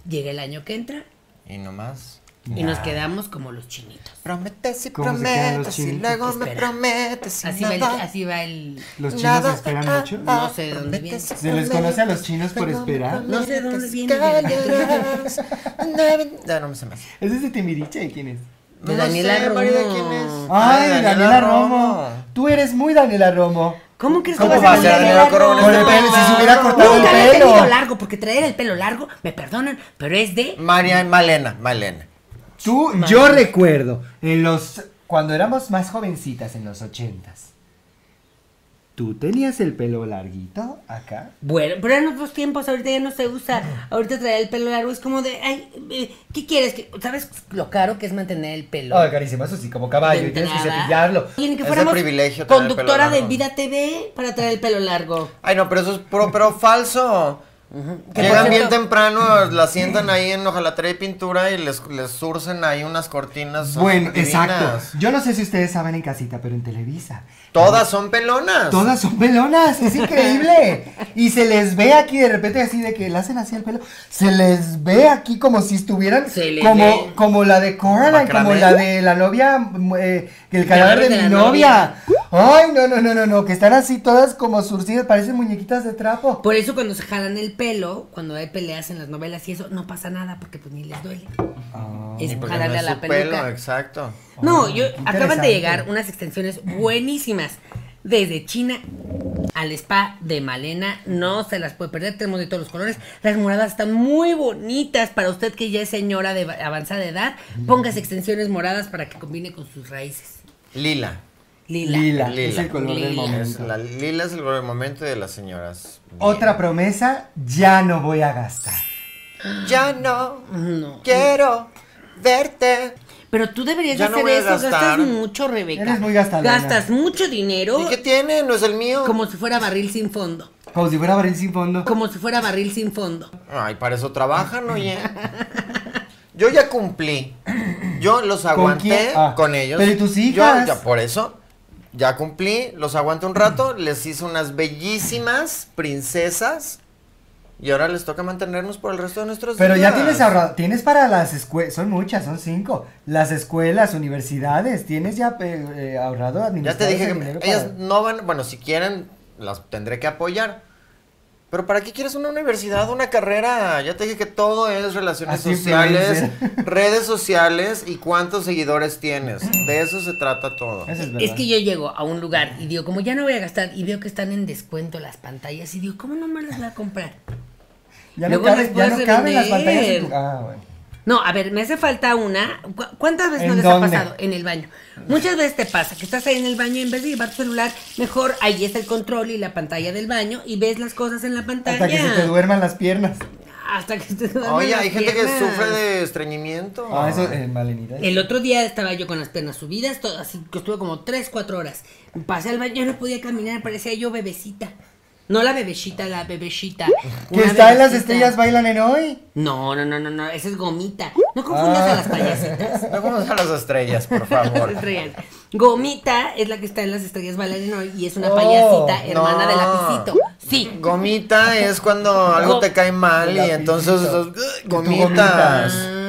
C: Llega el año que entra
B: Y nomás.
C: y nos quedamos como los chinitos.
B: Prometes y
A: ¿Cómo se quedan los
B: prometes y
A: chinitos?
B: luego me
C: Espera.
B: prometes y
C: Así va el,
B: nada.
C: así va el
A: ¿Los
B: Nada,
A: chinos esperan
B: ah,
A: mucho?
B: ah,
C: No sé de dónde viene.
B: prometes y
A: Se les conoce a los chinos por
B: prometes,
A: esperar.
C: No sé de dónde viene.
B: callarás. Ya no me se me hace.
A: ¿Es ese Timbiriche? ¿Quién es?
C: De
B: No
C: Daniela
B: sé, María,
C: Romo.
B: ¿quién es?
A: ¡Ay, Ah, Daniela Romo! Tú eres muy Daniela Romo.
C: ¿Cómo crees que
B: ¿Cómo
C: vas
B: va a
C: a
B: ser Daniela Corona?
A: Con el
B: No,
A: pelo, si se hubiera
B: no,
A: cortado el
C: Nunca me he
A: pelo.
C: tenido largo, porque traer el pelo largo, me perdonan, pero es de
B: María, Malena, Malena.
A: Tú,
C: Madre.
A: yo recuerdo, en los. Cuando éramos más jovencitas, en los ochentas. Tú tenías el pelo larguito acá.
C: Bueno, pero en otros tiempos ahorita ya no se usa. Ahorita traer el pelo largo es como de, ay, eh, ¿qué quieres? ¿Qué- ¿Sabes lo caro que es mantener el pelo?
A: Ay, Oh, carísimo, eso sí, como caballo,
C: de
A: y tienes que
C: entrada?
A: cepillarlo.
C: Y ni que
B: Es de
C: fuéramos
B: privilegio tener el pelo
C: conductora de
B: largo.
C: Vida TV para traer el pelo largo.
B: Ay, no, pero eso es puro, pero falso.
C: Que
B: Llegan
C: por
B: bien
C: cierto-
B: temprano, la sientan ahí en ojalatera y pintura y les, les surcen ahí unas cortinas.
A: Bueno,
B: divinas.
A: exacto. Yo no sé si ustedes saben en casita, pero en Televisa.
B: Todas son pelonas.
A: Todas son pelonas, es increíble. Y se les ve aquí de repente así de que le hacen así el pelo. Se les ve aquí como si estuvieran
C: Se les ve.
A: como, como la de Coraline,
B: Macramé.
A: como la de la novia, eh, el cadáver de mi novia. Ay, no, no, no, no, no, que están así todas como surcidas, parecen muñequitas de trapo.
C: Por eso cuando se jalan el pelo, cuando hay peleas en las novelas y eso, no pasa nada porque pues ni les duele. es
B: Y porque no
C: jalarle a
B: es
C: la
B: su
C: peluca.
B: pelo, exacto.
C: No,
A: Oh,
C: yo
A: qué
C: acaban de
A: interesante.
C: llegar unas extensiones buenísimas desde China al spa de Malena. No se las puede perder, tenemos de todos los colores. Las moradas están muy bonitas para usted que ya es señora de va- avanzada edad. Póngase extensiones moradas para que combine con sus raíces.
B: Lila.
C: Lila.
A: Lila,
B: Lila.
A: es el color del
C: Lila.
B: Es-
A: momento.
B: la lila es el color del momento y de las señoras.
A: Otra promesa, ya no voy a gastar.
B: Ya no,
C: No.
B: quiero verte.
C: Pero tú deberías
B: Ya
C: hacer
B: no voy a
C: eso, gastas
B: gastar.
C: mucho, Rebeca.
A: Eres muy gastadora.
C: Gastas mucho dinero
B: ¿Y qué tiene? No es el mío.
C: como si fuera barril sin fondo.
A: Como si fuera barril sin fondo.
C: Como si fuera barril sin fondo.
B: Ay, para eso trabajan, oye. Yo ya cumplí. Yo los aguanté
A: quién?
B: ¿Con,
A: Ah,
B: ellos.
A: pero ¿y tus hijas?
B: Yo, ya por eso. Ya cumplí, los aguanté un rato, les hice unas bellísimas princesas. Y ahora les toca mantenernos por el resto de nuestros
A: Pero
B: días.
A: ya tienes ahorrado, tienes para las escuelas, son muchas, son cinco. Las escuelas, universidades, tienes ya eh, eh, ahorrado
B: Ya
A: administrado.
B: te dije
A: ese
B: que
A: dinero para-
B: ellas no van, bueno, si quieren, las tendré que apoyar. Pero ¿para qué quieres una universidad, una carrera? Ya te dije que todo es relaciones
A: Así
B: sociales,
A: influencer.
B: redes sociales y cuántos seguidores tienes. De eso se trata todo.
A: Eso es
C: Es
A: verdad.
C: que yo llego a un lugar y digo, como ya no voy a gastar, y veo que están en descuento las pantallas, y digo, ¿cómo no me las voy a comprar?
A: ya no,
C: luego las
A: cabe- ya no
C: puedes
A: caben las pantallas en
C: revender.
A: tu- Ah, bueno.
C: No, a ver, me hace falta una. ¿Cu- ¿Cuántas veces no
A: ¿En
C: les
A: dónde?
C: ha pasado? En el baño. Muchas veces te pasa que estás ahí en el baño y en vez de llevar tu celular, mejor ahí está el control y la pantalla del baño y ves las cosas en la pantalla.
A: Hasta que se te duerman las piernas.
C: Hasta que se te duerman
B: Oye,
C: las
B: hay gente que
C: piernas.
B: sufre de estreñimiento.
A: Ah, eso, eh, Malenita.
C: El otro día estaba yo con las piernas subidas, todo, así que estuve como 3, 4 horas. Pasé al baño, no podía caminar, parecía yo bebecita. No la bebecita, la bebecita.
A: Que está en las estrellas bailan en hoy.
C: No, no, no, no, no, esa es gomita. No confundas
A: Ah.
C: a las payasitas.
B: No vamos a las estrellas, por
C: Las
B: favor.
C: estrellas. Gomita es la que está en las estrellas bailarina hoy y es una
A: Oh,
C: payasita hermana de
B: no.
C: lapicito. Sí.
B: Gomita es cuando algo
C: Go-
B: te cae mal y
A: Lapicito.
B: entonces
A: Y tú
B: gomitas.
A: gomitas.
C: Ah,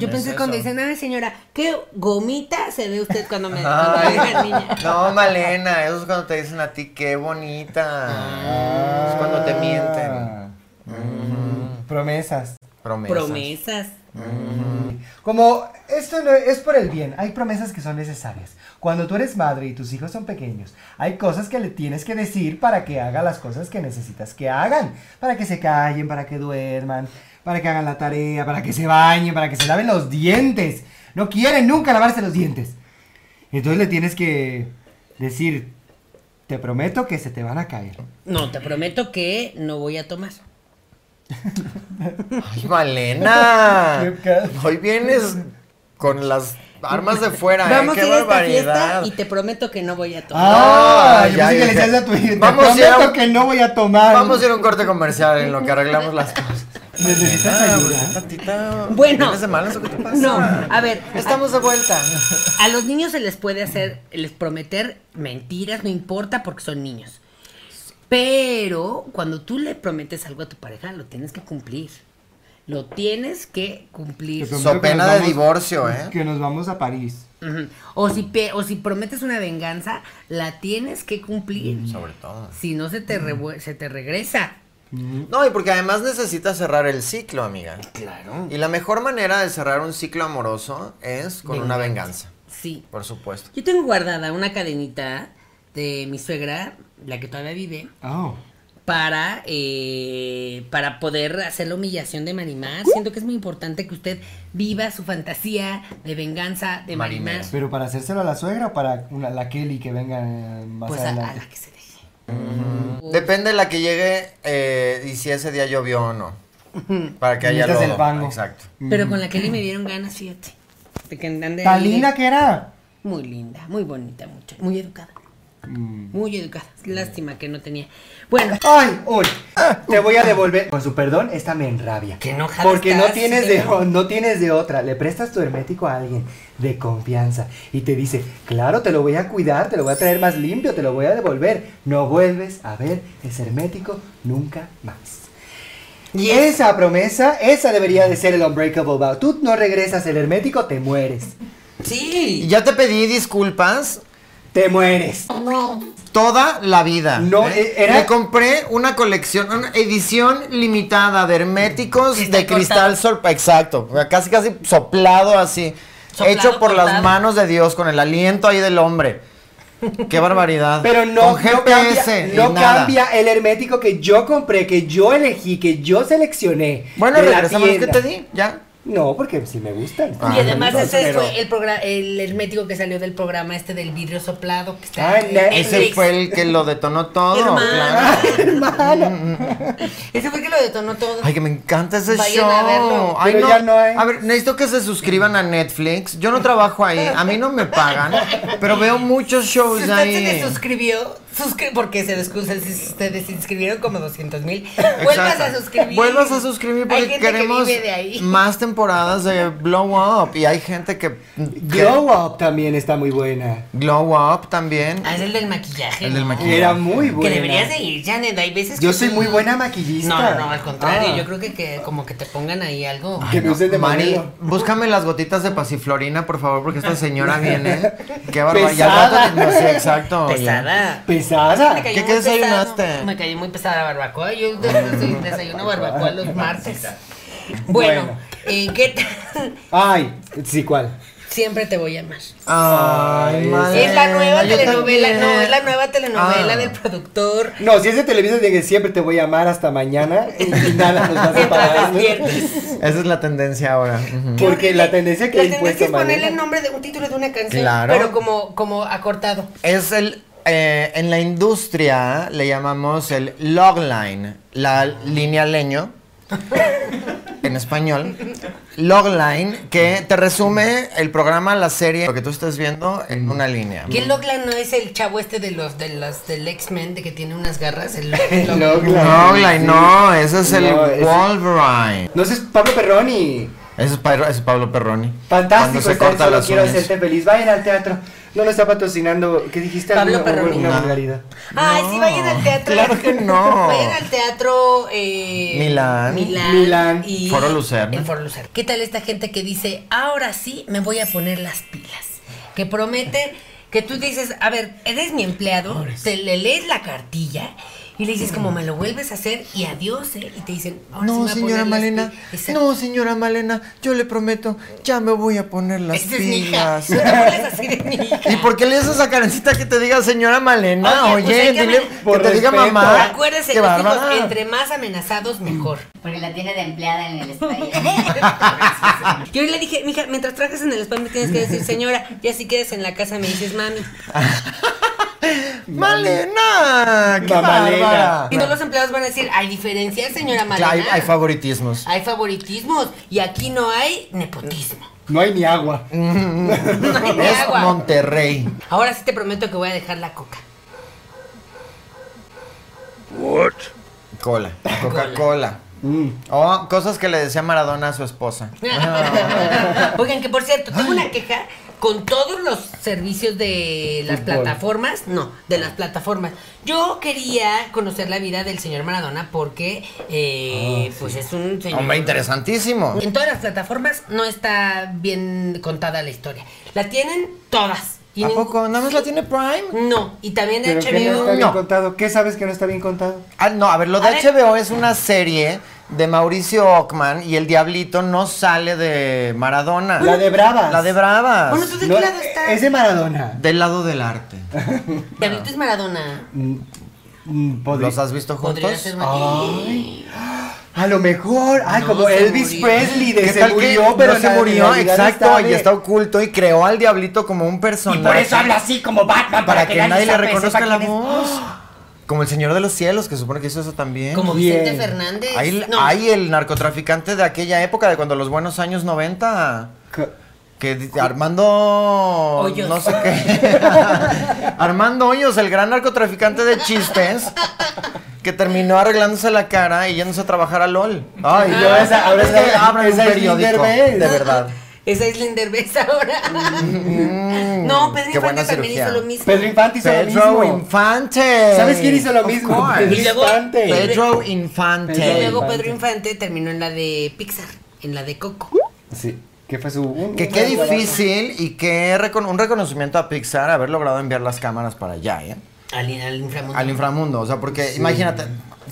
C: Yo
B: Mm, es
C: pensé cuando
B: eso.
C: dicen, ay señora, ¿qué gomita se ve usted cuando me cuando
B: Ay,
C: me deja niña?
B: no, Malena, eso es cuando te dicen a ti qué bonita.
A: Ah.
B: Es cuando te mienten.
A: Mm, Ah. Promesas.
B: Promesas.
C: Promesas.
A: Como esto no es por el bien, hay promesas que son necesarias. Cuando tú eres madre y tus hijos son pequeños, hay cosas que le tienes que decir para que haga las cosas que necesitas que hagan, para que se callen, para que duerman, para que hagan la tarea, para que se bañen, para que se laven los dientes. No quieren nunca lavarse los dientes. Entonces le tienes que decir, te prometo que se te van a caer.
C: No, te prometo que no voy a tomar.
B: Ay, Malena.
A: Qué ca-
B: Hoy vienes con las armas de fuera. ¿eh?
C: Vamos
B: Qué
C: a ir a esta
B: barbaridad.
C: fiesta y te prometo que no voy a tomar.
A: Ah,
B: Ah,
A: yo
B: ya,
A: pensé que
B: ya,
A: le decías
B: ya.
A: a tu hijo, te
B: Vamos a ir a-
A: prometo que no voy a tomar.
B: Vamos a ir a un corte comercial en lo que arreglamos las cosas.
A: ¿Necesitas
B: Ah,
A: ayuda?
B: Tatita,
C: Bueno.
B: ¿vienes de malas o qué te pasa?
C: No, a ver,
B: Estamos de vuelta.
C: A los niños se les puede hacer, les prometer mentiras, no importa porque son niños. Pero cuando tú le prometes algo a tu pareja, lo tienes que cumplir. Lo tienes que cumplir.
A: Te prometo
B: So
A: que
B: pena
A: nos
B: de divorcio, ¿eh?
A: Que nos vamos a París.
C: Ujú. o, si pe- o si prometes una venganza, la tienes que cumplir.
B: Sobre todo.
C: Si no, se te, revue- se te regresa.
B: No, y porque además necesitas cerrar el ciclo, amiga. Claro. Y la mejor manera de cerrar un ciclo amoroso es con una venganza,
C: Sí.
B: por supuesto.
C: Yo tengo guardada una cadenita de mi suegra, la que todavía vive,
A: Oh.
C: para, eh, para poder hacer la humillación de Marimar. Siento que es muy importante que usted viva su fantasía de venganza de Marimar.
B: Marimar.
A: Pero para hacérselo a la suegra o para una- la Kelly que venga eh, más
C: Pues a, a
A: adelante.
C: la que se deje.
B: Depende de la que llegue eh, y si ese día llovió o no. Para que haya
A: Necesitas el
B: lodo.
A: fango.
B: Exacto.
C: Pero con la Kelly
A: Mm.
C: me dieron ganas, fíjate. De que andan de
A: ¿Tan
C: ahí de-
A: linda que era?
C: Muy linda, muy bonita, mucho, muy educada.
A: Mm,
C: Muy educada. Lástima que no tenía. Bueno,
A: ¡Ay! ¡Uy! Ah, Te voy a devolver. Con su perdón, esta me enrabia.
C: Qué enojada
A: Porque no
C: estás,
A: tienes, de,
C: pero-
A: no tienes de otra. Le prestas tu hermético a alguien de confianza y te dice, claro, te lo voy a cuidar, te lo voy a traer más limpio, te lo voy a devolver. No vuelves a ver ese hermético nunca más. Y esa promesa, esa debería de ser el unbreakable vow. Tú no regresas el hermético, te mueres.
B: Y
C: sí.
B: ya te pedí disculpas
A: Te mueres.
B: toda la vida.
A: No,
B: ¿eh?
A: eh, era-
B: Me compré una colección, una edición limitada de herméticos
C: Está
B: de cristal sorpa. Exacto. Casi, casi soplado así.
C: Soplado,
B: hecho por las
C: cortado.
B: manos de Dios, con el aliento ahí del hombre. Qué barbaridad.
A: Pero no,
B: Con
A: no
B: GPS.
A: cambia,
B: y
A: no
B: nada.
A: cambia el hermético que yo compré, que yo elegí, que yo seleccioné.
B: Bueno,
A: de la
B: regresamos los que
A: tienda.
B: te di, ya.
A: No, porque sí me gustan.
B: Ah,
C: y además
B: entonces,
C: ese
B: pero-
C: fue el, progra- el hermético que salió del programa este del vidrio soplado que está
A: Ah,
C: en
A: ne-
B: Ese
C: Netflix.
B: fue el que lo detonó todo.
C: Hermano.
B: claro.
C: Ese fue el que lo detonó todo.
B: Ay, que me encanta ese
C: Vayan
B: show.
C: a verlo.
B: Ay,
A: Pero
B: no.
A: ya no hay.
B: A ver, necesito que se suscriban a Netflix. Yo no trabajo ahí, a mí no me pagan, pero veo muchos
C: Si
B: shows
C: usted se
B: ahí.
C: desuscribió, suscri- porque se, descu- se, se desinscribieron como 200 mil. Vuelvas a
B: Exacto.
C: suscribir.
B: Vuelvas a suscribir
C: Hay
B: porque
C: gente que
B: queremos
C: vive de ahí.
B: más temporadas de Blow Up. Y hay gente que. que-
A: Glow Up también está muy buena.
B: Glow Up también.
C: Ah, es el del maquillaje.
B: El del
C: ¿no?
B: maquillaje.
A: Era muy buena.
C: Que deberías de ir, Janet. Hay veces
A: Yo
C: que
A: soy
C: sí.
A: muy buena maquillista.
C: No, no, no, al contrario.
A: Ah.
C: Yo creo que, que como que te pongan ahí algo.
A: Que me usen de
B: Mari,
A: modelo.
B: búscame las gotitas de pasiflorina, por favor, porque esta señora viene. Qué barbaridad.
A: Pesada.
B: Ya al rato- no, sí, exacto. oye.
C: pesada.
A: Pesada.
C: Me cayó
B: ¿Qué-
C: muy
B: qué
C: pesado.
B: desayunaste?
C: Me cayó muy pesada la barbacoa. Yo des- des- desayuno barbacoa los martes. Bueno,
A: Bueno.
C: eh, ¿qué tal?
A: Ay, sí, ¿cuál?
C: Siempre te voy a amar.
B: Ay,
A: Es
B: madre.
C: Es la nueva
B: yo
C: telenovela,
B: también.
C: no, es la nueva telenovela
B: Ah.
C: del productor.
A: No, si es de televisión de que siempre te voy a amar hasta mañana y nada nos va a
C: Mientras
A: separar.
C: despiertes.
B: Esa es la tendencia ahora. ujú.
C: Qué
A: Porque
C: horrible.
A: la tendencia que
C: La
A: ha impuesto
C: tendencia es ponerle el
A: Mariela-
C: nombre de un título de una canción,
B: Claro.
C: pero como, como acortado.
B: Es el. eh, en la industria le llamamos el logline, la línea leño, en español. Logline, que te resume el programa, la serie, lo que tú estés viendo en una línea.
C: ¿Qué Loglan no es el chavo este de los de las del X-Men de que tiene unas garras? El,
A: Loglan.
B: Logline, no, ese es el
A: No, ese-
B: Wolverine.
A: No sé, Pablo Perroni.
B: Ese es, Pablo, ese es Pablo Perroni.
A: Fantástico,
B: Cuando
A: está
B: se
A: en
B: corta
A: solo
B: las
A: quiero
B: uñas.
A: hacerte feliz. Vayan al teatro. No lo está patrocinando. ¿Qué dijiste?
C: Pablo
A: Alguna-
C: Perroni.
A: Una
B: No.
A: vulgaridad.
C: Ay,
B: No,
C: sí, vayan al teatro.
B: claro que no.
C: Vayan al teatro. eh,
B: Milán.
C: Milán.
A: Milán.
C: Y
B: Foro Lucerna.
C: el Foro Lucerna. ¿Qué tal esta gente que dice, ahora sí me voy a poner las pilas? Que promete que tú dices, a ver, eres mi empleado, te le lees la cartilla. Y le dices, como me lo vuelves a hacer, y adiós, ¿eh? Y te dicen, ahora sí me
B: No,
C: voy a
B: señora
C: poner las
B: Malena.
C: pilas. Exacto.
B: No, señora Malena. Yo le prometo, ya me voy a poner las
C: Esa es mi hija.
B: pilas.
C: No te vuelves a hacer de mi hija.
B: ¿Y por qué le haces esa carencita que te diga señora Malena?
C: Oye,
B: Oye,
C: pues hay que
B: dile
C: hablar-
B: que
A: Por
B: te diga
A: respeto.
B: mamá.
C: Acuérdese,
B: Qué
C: los hijos,
B: bárbara.
C: entre más amenazados, mejor.
D: Porque la tiene de empleada en el espacio.
C: Yo le dije, mija, mientras trajes en el spam me tienes que decir, señora, ya si quedes en la casa me dices, mami.
B: Malena, qué
A: Mamalena.
B: bárbara.
C: Y todos los empleados van a decir, hay diferencias, señora Malena. Ah.
B: Claro, hay, hay favoritismos.
C: Hay favoritismos y aquí no hay nepotismo.
A: No hay ni agua.
C: No hay ni
B: es
C: agua.
B: Monterrey.
C: Ahora sí te prometo que voy a dejar la coca.
B: Cola.
C: Ah,
B: Coca-Cola.
A: Mm.
B: O cosas que le decía Maradona a su esposa. Ah.
C: Oigan, que por cierto, tengo una queja con todos los servicios de las
A: Fútbol.
C: plataformas. No, de las plataformas. Yo quería conocer la vida del señor Maradona porque,
B: Ah,
C: eh, pues es un señor.
B: Hombre, interesantísimo.
C: En todas las plataformas no está bien contada la historia. La tienen todas.
B: ¿A
C: Tienen-
B: poco? ¿Nada más la tiene Prime?
C: No, y también
A: Pero que no está
C: HBO.
A: bien
B: No.
A: contado. ¿Qué sabes que no está bien contado?
B: Ah, no, a ver, lo de
C: A ver.
B: HBO es una serie de Mauricio Ockman y el diablito no sale de Maradona.
A: La de Bravas.
B: La de Bravas.
C: Bueno, ¿tú de
A: No,
C: qué lado estás?
A: Es de Maradona.
B: Del lado del arte.
A: Ah,
C: Diablito es Maradona.
A: Mm, mm, podri-
B: ¿Los has visto
C: Podría
B: juntos?
C: ser
A: Ay. A lo mejor. Ay,
C: No,
A: como
C: se
A: Elvis
C: murió.
A: Presley de
B: ¿Qué
A: se
B: tal que
A: murió,
B: no
A: pero
B: se
A: la
B: murió,
A: realidad
B: exacto,
A: está
B: y
A: de-
B: está oculto y creó al diablito como un personaje.
A: así como Batman
B: para que nadie le
A: sepa-
B: reconozca
A: sepa
B: la
A: quién es.
B: voz. Como el Señor de los Cielos, que supone que hizo eso también.
C: Como
A: Bien.
C: Vicente Fernández.
B: Hay,
C: No.
B: hay el narcotraficante de aquella época, de cuando los buenos años 90.
A: Co-
B: Que di- Armando.
C: Hoyos.
B: No sé qué. Armando Hoyos, el gran narcotraficante de chistes. Que terminó arreglándose la cara y yéndose a trabajar a LOL.
A: Ay,
C: Ah.
A: no, esa, ahora
B: es
A: esa-
B: que abran un
A: esa es
B: periódico.
A: Linderbell.
B: De verdad.
C: Esa es Linder Bess ahora. no, Pedro
B: Mm. qué buena
C: Infante también
B: cirugía.
C: hizo lo mismo.
A: Pedro Infante hizo lo
B: Pedro
A: mismo.
B: Infante.
A: ¿Sabes quién hizo lo
B: Of
A: mismo?
B: course.
A: Pedro
C: Y luego-
A: Infante.
B: Pedro Infante.
A: Pedro
C: Y luego
A: Infante.
C: Pedro Infante terminó en la de Pixar, en la de Coco.
A: Sí, que fue su. un-
B: Que
A: un-
B: qué
A: un-
B: difícil y qué recon- un reconocimiento a Pixar haber logrado enviar las cámaras para allá, ¿eh?
C: Al, al inframundo.
B: Al inframundo, o sea, porque imagínate,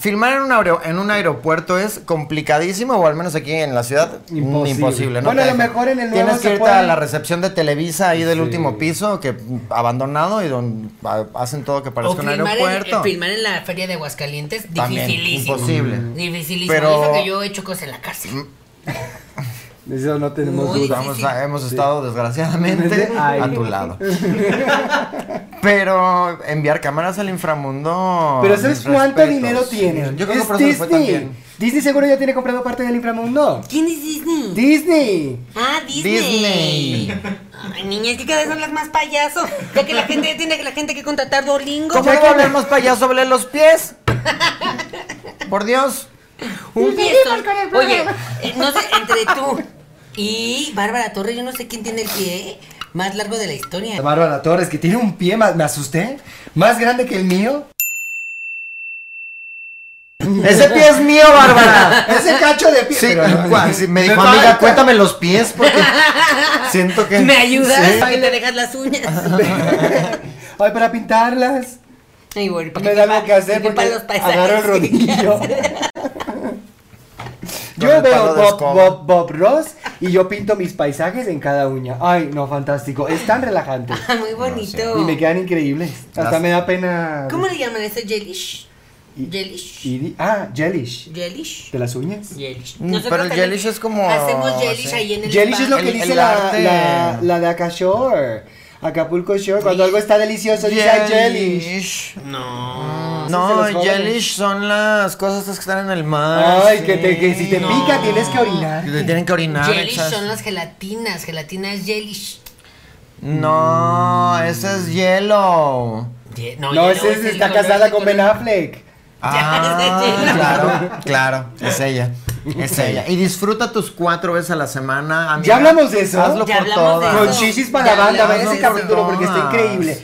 B: filmar en un, aero- en un aeropuerto es complicadísimo, o al menos aquí en la ciudad, mm,
A: Imposible.
B: imposible. ¿no?
A: Bueno,
B: Te
A: a lo
B: dejan.
A: mejor en el nuevo
B: Tienes
A: se
B: que irte
A: puede.
B: a la recepción de Televisa ahí del
A: Sí.
B: último piso, que mm, abandonado, y donde a- hacen todo que
C: O
B: parezca un
C: filmar en,
B: aeropuerto.
C: eh, filmar en la feria de Aguascalientes,
B: También,
C: dificilísimo.
A: Mm.
B: imposible.
C: Dificilísimo.
B: Pero-
C: Eso que yo he hecho cosas en la cárcel.
A: De eso no tenemos
C: Muy
A: duda.
B: Vamos
C: sí.
B: a- hemos estado desgraciadamente
A: Ay.
B: a tu lado. Pero enviar cámaras al inframundo.
A: Pero ¿sabes
B: mis
A: cuánto
B: respetos.
A: dinero tiene?
B: Yo creo que
A: Es
B: por eso les fue tan
A: Disney.
B: bien.
A: Disney seguro ya tiene comprado parte del inframundo.
C: ¿Quién es Disney?
A: Disney.
C: ah, Disney.
B: Disney.
C: Ay, niñas, que cada vez son las más payasos. Ya que la gente ya tiene la gente que contratar Duolingo.
B: ¿Cómo hay que hablar más payaso? sobre los pies? Por Dios.
C: Un fiestón. Oye, eh, no sé, entre tú y Bárbara Torres, yo no sé quién tiene el pie más largo de la historia.
A: Bárbara Torres, que tiene un pie, más, me asusté, más grande que el mío.
B: Ese pie es mío, Bárbara.
A: Ese cacho de pie.
B: Sí,
A: pero no,
B: cua- sí, me dijo,
A: va-
B: amiga, cuéntame los pies porque siento que.
C: ¿Me ayudas?
B: Sí.
C: Para que te dejas las
A: Ah,
C: uñas.
A: Ay, para pintarlas.
C: Ay, bueno, para
A: Me da algo que hacer
C: para
A: porque
C: los paisajes.
A: agarro el rodillo.
B: Con
A: Yo
B: el palo
A: veo
B: de
A: Bob,
B: escoba.
A: Bob, Bob Ross y yo pinto mis paisajes en cada uña. Ay, no, fantástico. Es tan relajante.
C: Ah, muy bonito.
A: Y me quedan increíbles. Hasta
B: Las-
A: me da pena.
C: ¿Cómo le llaman eso? ¿Jellish?
A: Y-
C: ¿Jellish?
A: y di- Ah, jellish.
C: ¿Jellish?
A: ¿De las uñas?
C: Jellish.
B: Mm,
C: Nosotros
B: pero el
C: también
B: Jellish es como
C: Hacemos Jellish
B: así.
C: ahí en el
A: Jellish es lo
C: spa.
A: que
B: El-
A: dice
B: el
A: la,
B: arte.
A: la, la de Acashore. Acapulco Shore. Cuando algo está delicioso, dice "Ah, Jellish.
C: No.
A: Eso
B: No,
A: es de los jóvenes.
B: jellish son las cosas estas que están en el mar.
A: Ay,
B: sí.
A: que, te, que si te
B: No.
A: pica tienes que orinar.
B: Que te tienen que orinar.
C: Jellish
B: esas-
C: son las gelatinas, gelatinas Jellish.
B: No, ese es hielo.
C: Ye-
A: No,
C: yellow
A: ese es-
C: el
A: está
C: color
A: casada
C: ese
A: con Ben
C: color.
A: Affleck.
B: Ah,
C: ese es hielo.
B: claro, claro, es ella. Es ella. Y disfruta tus cuatro veces a la semana. amiga.
A: ¿Ya hablamos de eso?
B: Hazlo
C: Ya
B: por
C: hablamos de
B: todas.
A: Con
C: eso.
A: chichis para la
C: Ya
A: banda, vean ese
C: hablamos de
A: capítulo porque está
B: todas.
A: increíble.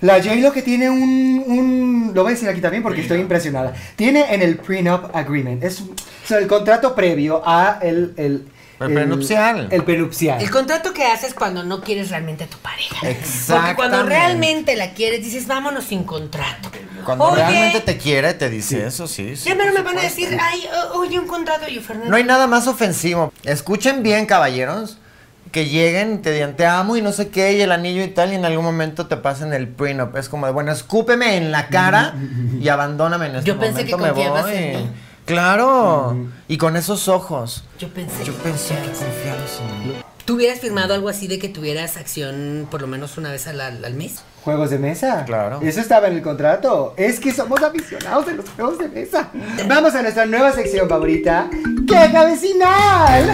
A: La J-Lo que tiene un, un... Lo voy a decir aquí también porque estoy impresionada. Tiene en el prenup agreement. Es, un- o sea, el contrato previo a el... El,
B: El prenupcial.
A: El prenupcial.
C: El contrato que haces cuando no quieres realmente a tu pareja. Porque
B: Exactamente.
C: cuando realmente la quieres, dices, vámonos sin contrato.
B: Cuando
C: Oye,
B: realmente te quiere, te dice eso, sí. sí,
C: Ya menos
B: por
C: me van a
B: supuesto.
C: decir, ay, o- oye, un contrato. Y yo, Fernando,
B: No hay nada más ofensivo. Escuchen bien, caballeros. Que lleguen y te digan, te amo y no sé qué, y el anillo y tal, y en algún momento te pasen el prenup. Es como de, bueno, escúpeme en la cara y abandóname en este
C: Yo pensé que
B: momento, me
C: confiabas
B: voy".
C: en mí.
B: Claro, y con esos ojos.
C: yo pensé.
B: Yo pensé que confiabas en mí.
C: ¿Tú hubieras firmado algo así de que tuvieras acción por lo menos una vez al, al- al mes?
A: Juegos de mesa.
B: Claro.
A: Eso estaba en el contrato. Es que somos aficionados de los juegos de mesa. Vamos a nuestra nueva sección favorita. ¡Queja vecinal!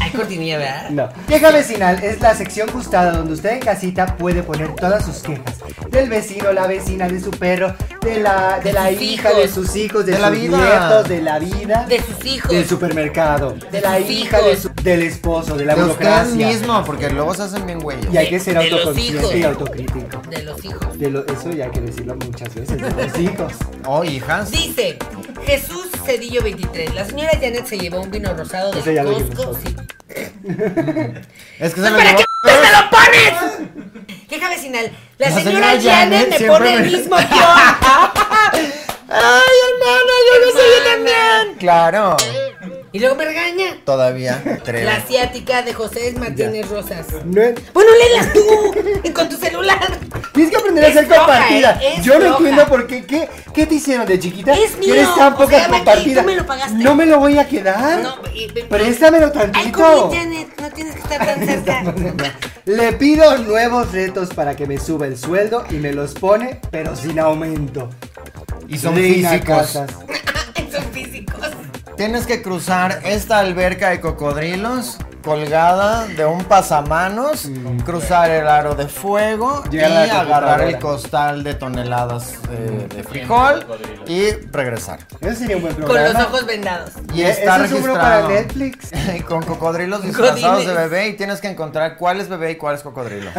C: Hay cortinilla, ¿verdad?
A: No. Queja vecinal es la sección gustada donde usted en casita puede poner todas sus quejas. Del vecino, la vecina, de su perro, de la, de
C: De
A: la
C: sus
A: hija,
C: hijos.
A: de sus hijos, de,
B: De
A: sus
B: la vida.
A: nietos, de la vida.
C: De sus hijos.
A: del supermercado, de la
C: sus
A: hija, de
C: hijos.
A: su- del esposo, de la
B: De
A: burocracia.
B: ustedes mismos, porque luego se hacen bien güeyes.
A: Y hay que ser
C: De los
A: autoconsciente y
C: hijos.
A: autocrítico.
C: De los hijos.
A: De lo- eso ya hay que decirlo muchas veces, de los hijos.
B: Oh, hijas.
C: Dice Jesús Cedillo 23. La señora Janet se llevó un vino rosado
A: Ese ya
C: de
A: lo dijimos,
C: Costco.
A: ok.
C: Sí.
B: Es que se
C: ¡No,
B: lo
C: ¿Para
B: llevó-
C: qué te lo pones? Queja vecinal. La,
B: La
C: señora,
B: señora
C: Janet
B: Janet
C: me
B: siempre
C: pone
B: me-
C: el mismo guión.
B: ¡Ay, hermana, yo no soy también! Claro,
C: Y luego me regaña.
B: todavía tres.
C: La asiática de José Martínez Rosas.
A: No es-
C: Bueno, léelas tú con tu celular.
A: Tienes que aprender a
C: Es
A: ser
C: floja,
A: compartida.
C: ¿eh? Es
A: Yo no
C: floja.
A: entiendo por qué. ¿Qué, qué te hicieron de chiquita?
C: Es
A: Que Eres
C: mío,
A: tan
C: o
A: poca
C: sea, Maki,
A: compartida.
C: tú me lo pagaste.
A: No me lo voy a
B: Ah.
A: quedar.
C: No, y- y-
A: Préstamelo
C: Ay,
A: tantito.
C: comí, Janet, no tienes que estar tan cerca.
A: Le pido nuevos retos para que me suba el sueldo y me los pone, pero sin aumento.
B: Y son
A: Reina
B: físicos.
A: Casas.
C: Son físicos.
B: Tienes que cruzar esta alberca de cocodrilos colgada de un pasamanos, cruzar el aro de fuego
A: Llegar
B: y
A: a la computadora.
B: agarrar el costal de toneladas eh, de frijol y regresar.
A: Eso sería un buen
C: Con
A: programa.
C: los ojos vendados.
B: Y
A: Eh,
B: está
A: eso es uno para
B: registrado.
A: Netflix.
B: Con cocodrilos disfrazados de
C: Godines.
B: bebé y tienes que encontrar cuál es bebé y cuál es cocodrilo.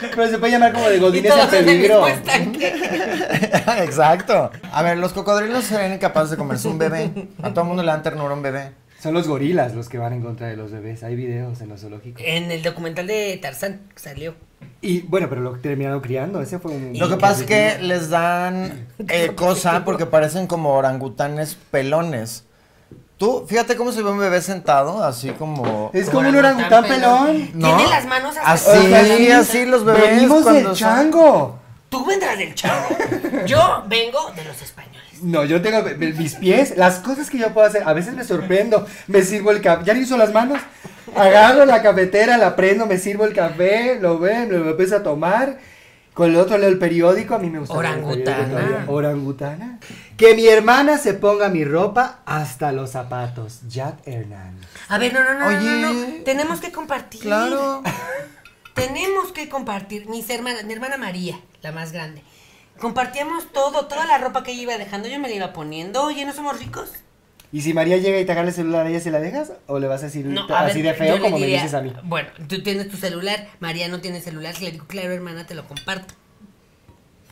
A: Pero se puede llamar como de
C: Y
A: Godines en
C: todos en el
A: peligro.
C: mismo estanque.
B: Exacto. A ver, los cocodrilos serían incapaces de comerse un bebé. A todo mundo le dan ternura a un bebé.
A: Son los gorilas los que van en contra de los bebés. Hay videos en los zoológicos.
C: En el documental de Tarzán salió.
A: Y bueno, pero lo terminaron criando. Ese fue un.
B: Lo que pasa es que les dan eh, cosa porque parecen como orangutanes pelones. Tú, fíjate cómo se ve un bebé sentado, así como...
A: Es como un orangután pelón.
B: ¿No?
C: Tiene las manos
B: Así.
C: hasta...
A: O sea,
B: Sí, así los bebés
A: Venimos
B: cuando
A: del
B: son-
A: chango.
C: Tú vendrás del chavo. Yo vengo de los españoles.
A: No, yo tengo m- m- mis pies, las cosas que yo puedo hacer. A veces me sorprendo, me sirvo el café. ¿Ya le hizo las manos? Agarro la cafetera, la prendo, me sirvo el café, lo ven, lo, lo empiezo a tomar. Con el otro leo el periódico, a mí me gusta. leer el periódico
C: Orangutana.
A: todavía. Orangutana. Que mi hermana se ponga mi ropa hasta los zapatos. Jack Hernán.
C: A ver, no, no, no, no, no,
B: Oye.
C: no. Tenemos que compartir.
B: Claro.
C: Tenemos que compartir. Mis hermanas, mi hermana María, la más grande. Compartíamos todo, toda la ropa que ella iba dejando, yo me la iba poniendo. Oye, ¿no somos ricos?
A: Y si María llega y te agarra el celular, ¿a ella se la dejas? ¿O le vas a decir
C: No,
A: t-
C: a
A: así
C: ver,
A: de feo
C: yo le
A: como me
C: diría,
A: dices a mí?
C: Bueno, tú tienes tu celular, María no tiene celular, le digo, claro, hermana, te lo comparto.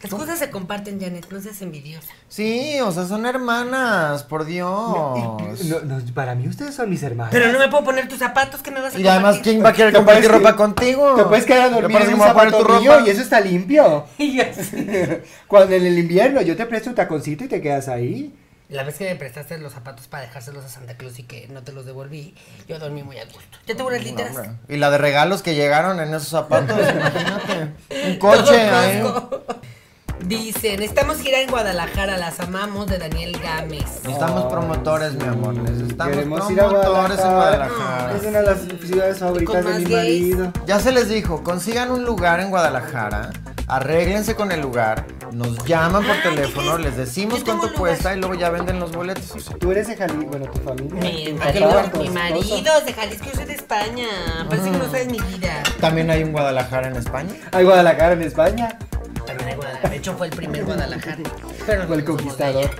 C: Las cosas se comparten, Janet, no seas envidiosa.
B: Sí, o sea, son hermanas, por Dios.
A: No, no, para mí ustedes son mis hermanas.
C: Pero no me puedo poner tus zapatos que me vas a
B: Y además,
C: compartir?
B: ¿quién va a querer
A: Te
B: compartir
A: puedes-
B: ropa contigo?
A: Te puedes quedar a
B: Yo
A: dormir
B: parece
A: en un
B: que me voy a poner
A: zapato
B: tu
A: mío
B: ropa.
A: y eso está limpio.
C: Y yo así.
A: Cuando en el invierno yo te presto un taconcito y te quedas ahí.
C: La vez que me prestaste los zapatos para dejárselos a Santa Claus y que no te los devolví, yo dormí muy a gusto. ¿Ya tengo unas
B: No,
C: literas?
B: hombre. y la de regalos que llegaron en esos zapatos, imagínate. Un coche, ¿eh? ahí.
C: Todo Costco. Dicen, estamos gira en Guadalajara, las amamos de Daniel Gámez.
B: Necesitamos promotores, mi amor. Necesitamos
A: Queremos ir a
B: promotores en
A: Guadalajara.
B: Guadalajara.
A: Es una de las ciudades favoritas
C: Con
A: de mi
C: más gays.
A: marido.
B: Ya se les dijo, consigan un lugar en Guadalajara, arréglense con el lugar, nos llaman por
C: Ah,
B: teléfono,
C: ¿qué
B: les decimos
C: Yo tengo
B: cuánto
C: un lugar.
B: cuesta y luego ya venden los boletos.
A: Tú eres de Jalisco, bueno, tu familia.
C: Mi,
A: tu
C: ¿a qué
A: papá,
C: lugar?
A: tu
C: Mi
A: esposa.
C: marido es de Jalisco, yo soy de España. Parece que no sabes mi vida.
B: También hay un Guadalajara en España.
A: Hay Guadalajara en España.
C: También hay Guadalajara. De hecho, fue el primer Guadalajara. Pero
A: Fue el
C: no somos de
A: conquistador.
C: allá.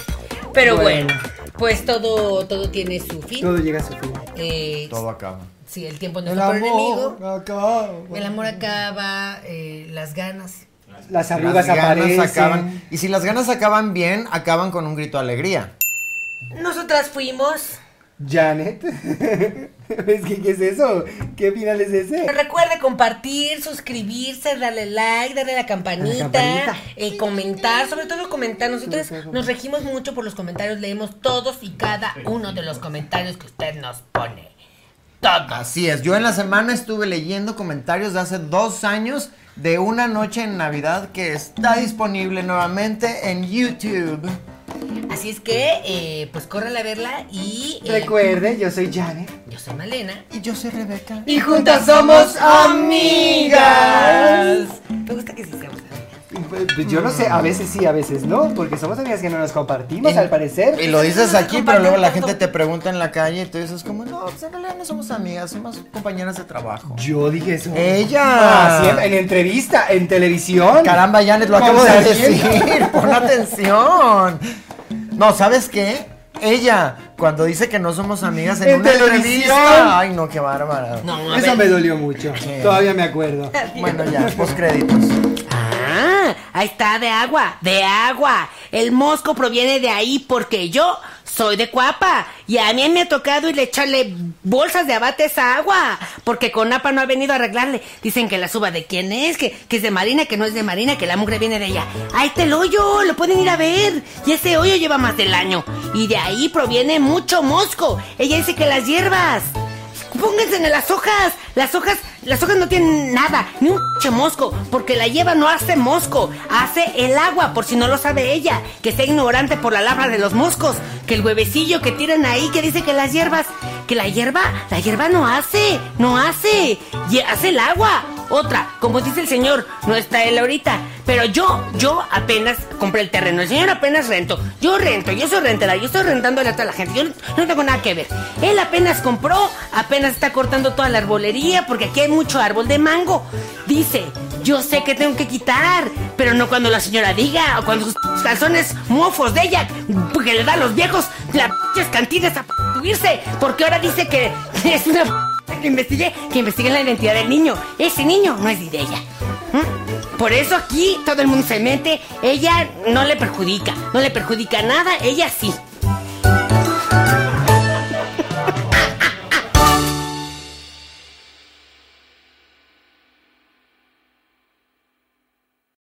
C: Pero
A: Bueno.
C: bueno, pues todo, todo tiene su fin.
A: Todo llega a su fin.
C: Eh,
B: Todo acaba.
C: sí, el tiempo no es nuestro enemigo.
A: acá.
C: El amor acaba, eh, las ganas.
A: Las
B: Las
A: arrugas
B: ganas
A: aparecen.
B: acaban. Y si las ganas acaban bien, acaban con un grito de alegría.
C: Nosotras fuimos.
A: Janet. ¿Ves que- qué es eso? ¿Qué final es ese?
C: Recuerde compartir, suscribirse, darle like, darle la campanita,
A: La campanita.
C: eh, comentar, sobre todo comentar. Nosotros
A: Sobre todo.
C: nos regimos mucho por los comentarios, leemos todos y cada uno de los comentarios que usted nos pone. Todos.
B: Así es, yo en la semana estuve leyendo comentarios de hace dos años de una noche en Navidad que está disponible nuevamente en YouTube.
C: Así es que, eh, pues córrele a verla y... eh,
A: Recuerde, yo soy Janet.
C: yo soy Malena.
B: Y yo soy Rebeca.
A: Y juntas somos amigas.
C: Me gusta que sí seamos amigas.
A: Pues Yo no sé, a veces sí, a veces no, porque somos amigas que no nos compartimos, al parecer.
B: Y lo dices aquí, pero luego la gente te pregunta en la calle y tú dices como, no, pues en realidad no somos amigas, somos compañeras de trabajo.
A: Yo dije eso.
B: Ella.
A: Ah, sí, en- en entrevista, en televisión.
B: Caramba, Janet, lo
A: Con
B: acabo de
A: sargento.
B: decir, pon atención. No, ¿sabes qué? Ella, cuando dice que no somos amigas en,
A: En
B: una
A: televisión.
B: entrevista. Ay, no, qué bárbara.
C: No, a
A: Eso
C: ver.
A: me dolió mucho.
B: Sí.
A: Todavía me acuerdo.
B: Bueno, ya, postcréditos.
C: Ah, ahí está, de agua, de agua. El mosco proviene de ahí porque yo soy de cuapa. Y a mí me ha tocado ir a echarle bolsas de abate a esa agua. Porque con APA no ha venido a arreglarle. Dicen que la suba de quién es, que, que es de Marina, que no es de Marina, que la mugre viene de ella. Ahí está el hoyo, lo pueden ir a ver. Y ese hoyo lleva más del año. Y de ahí proviene mucho mosco. Ella dice que las hierbas. Pónganse en las hojas. Las hojas, las hojas no tienen nada, ni un che mosco, porque la lleva no hace mosco, hace el agua, por si no lo sabe ella, que está ignorante por la labra de los moscos, que el huevecillo que tiran ahí que dice que las hierbas, que la hierba, la hierba no hace, no hace, y hace el agua. Otra, como dice el señor, no está él ahorita, pero yo, yo apenas compré el terreno, el señor apenas rento, yo rento, yo soy rentera, yo estoy rentándole a toda la gente, yo no- no tengo nada que ver. Él apenas compró, apenas está cortando toda la arbolería, porque aquí hay mucho árbol de mango. Dice, yo sé que tengo que quitar, pero no cuando la señora diga, o cuando sus calzones mofos de ella, porque le da a los viejos las p***as cantinas a p- subirse, porque ahora dice que es una p- que investigue, que investigue la identidad del niño. Ese niño no es ni de ella. ¿Mm? Por eso aquí todo el mundo se mete, ella no le perjudica, no le perjudica nada, ella sí.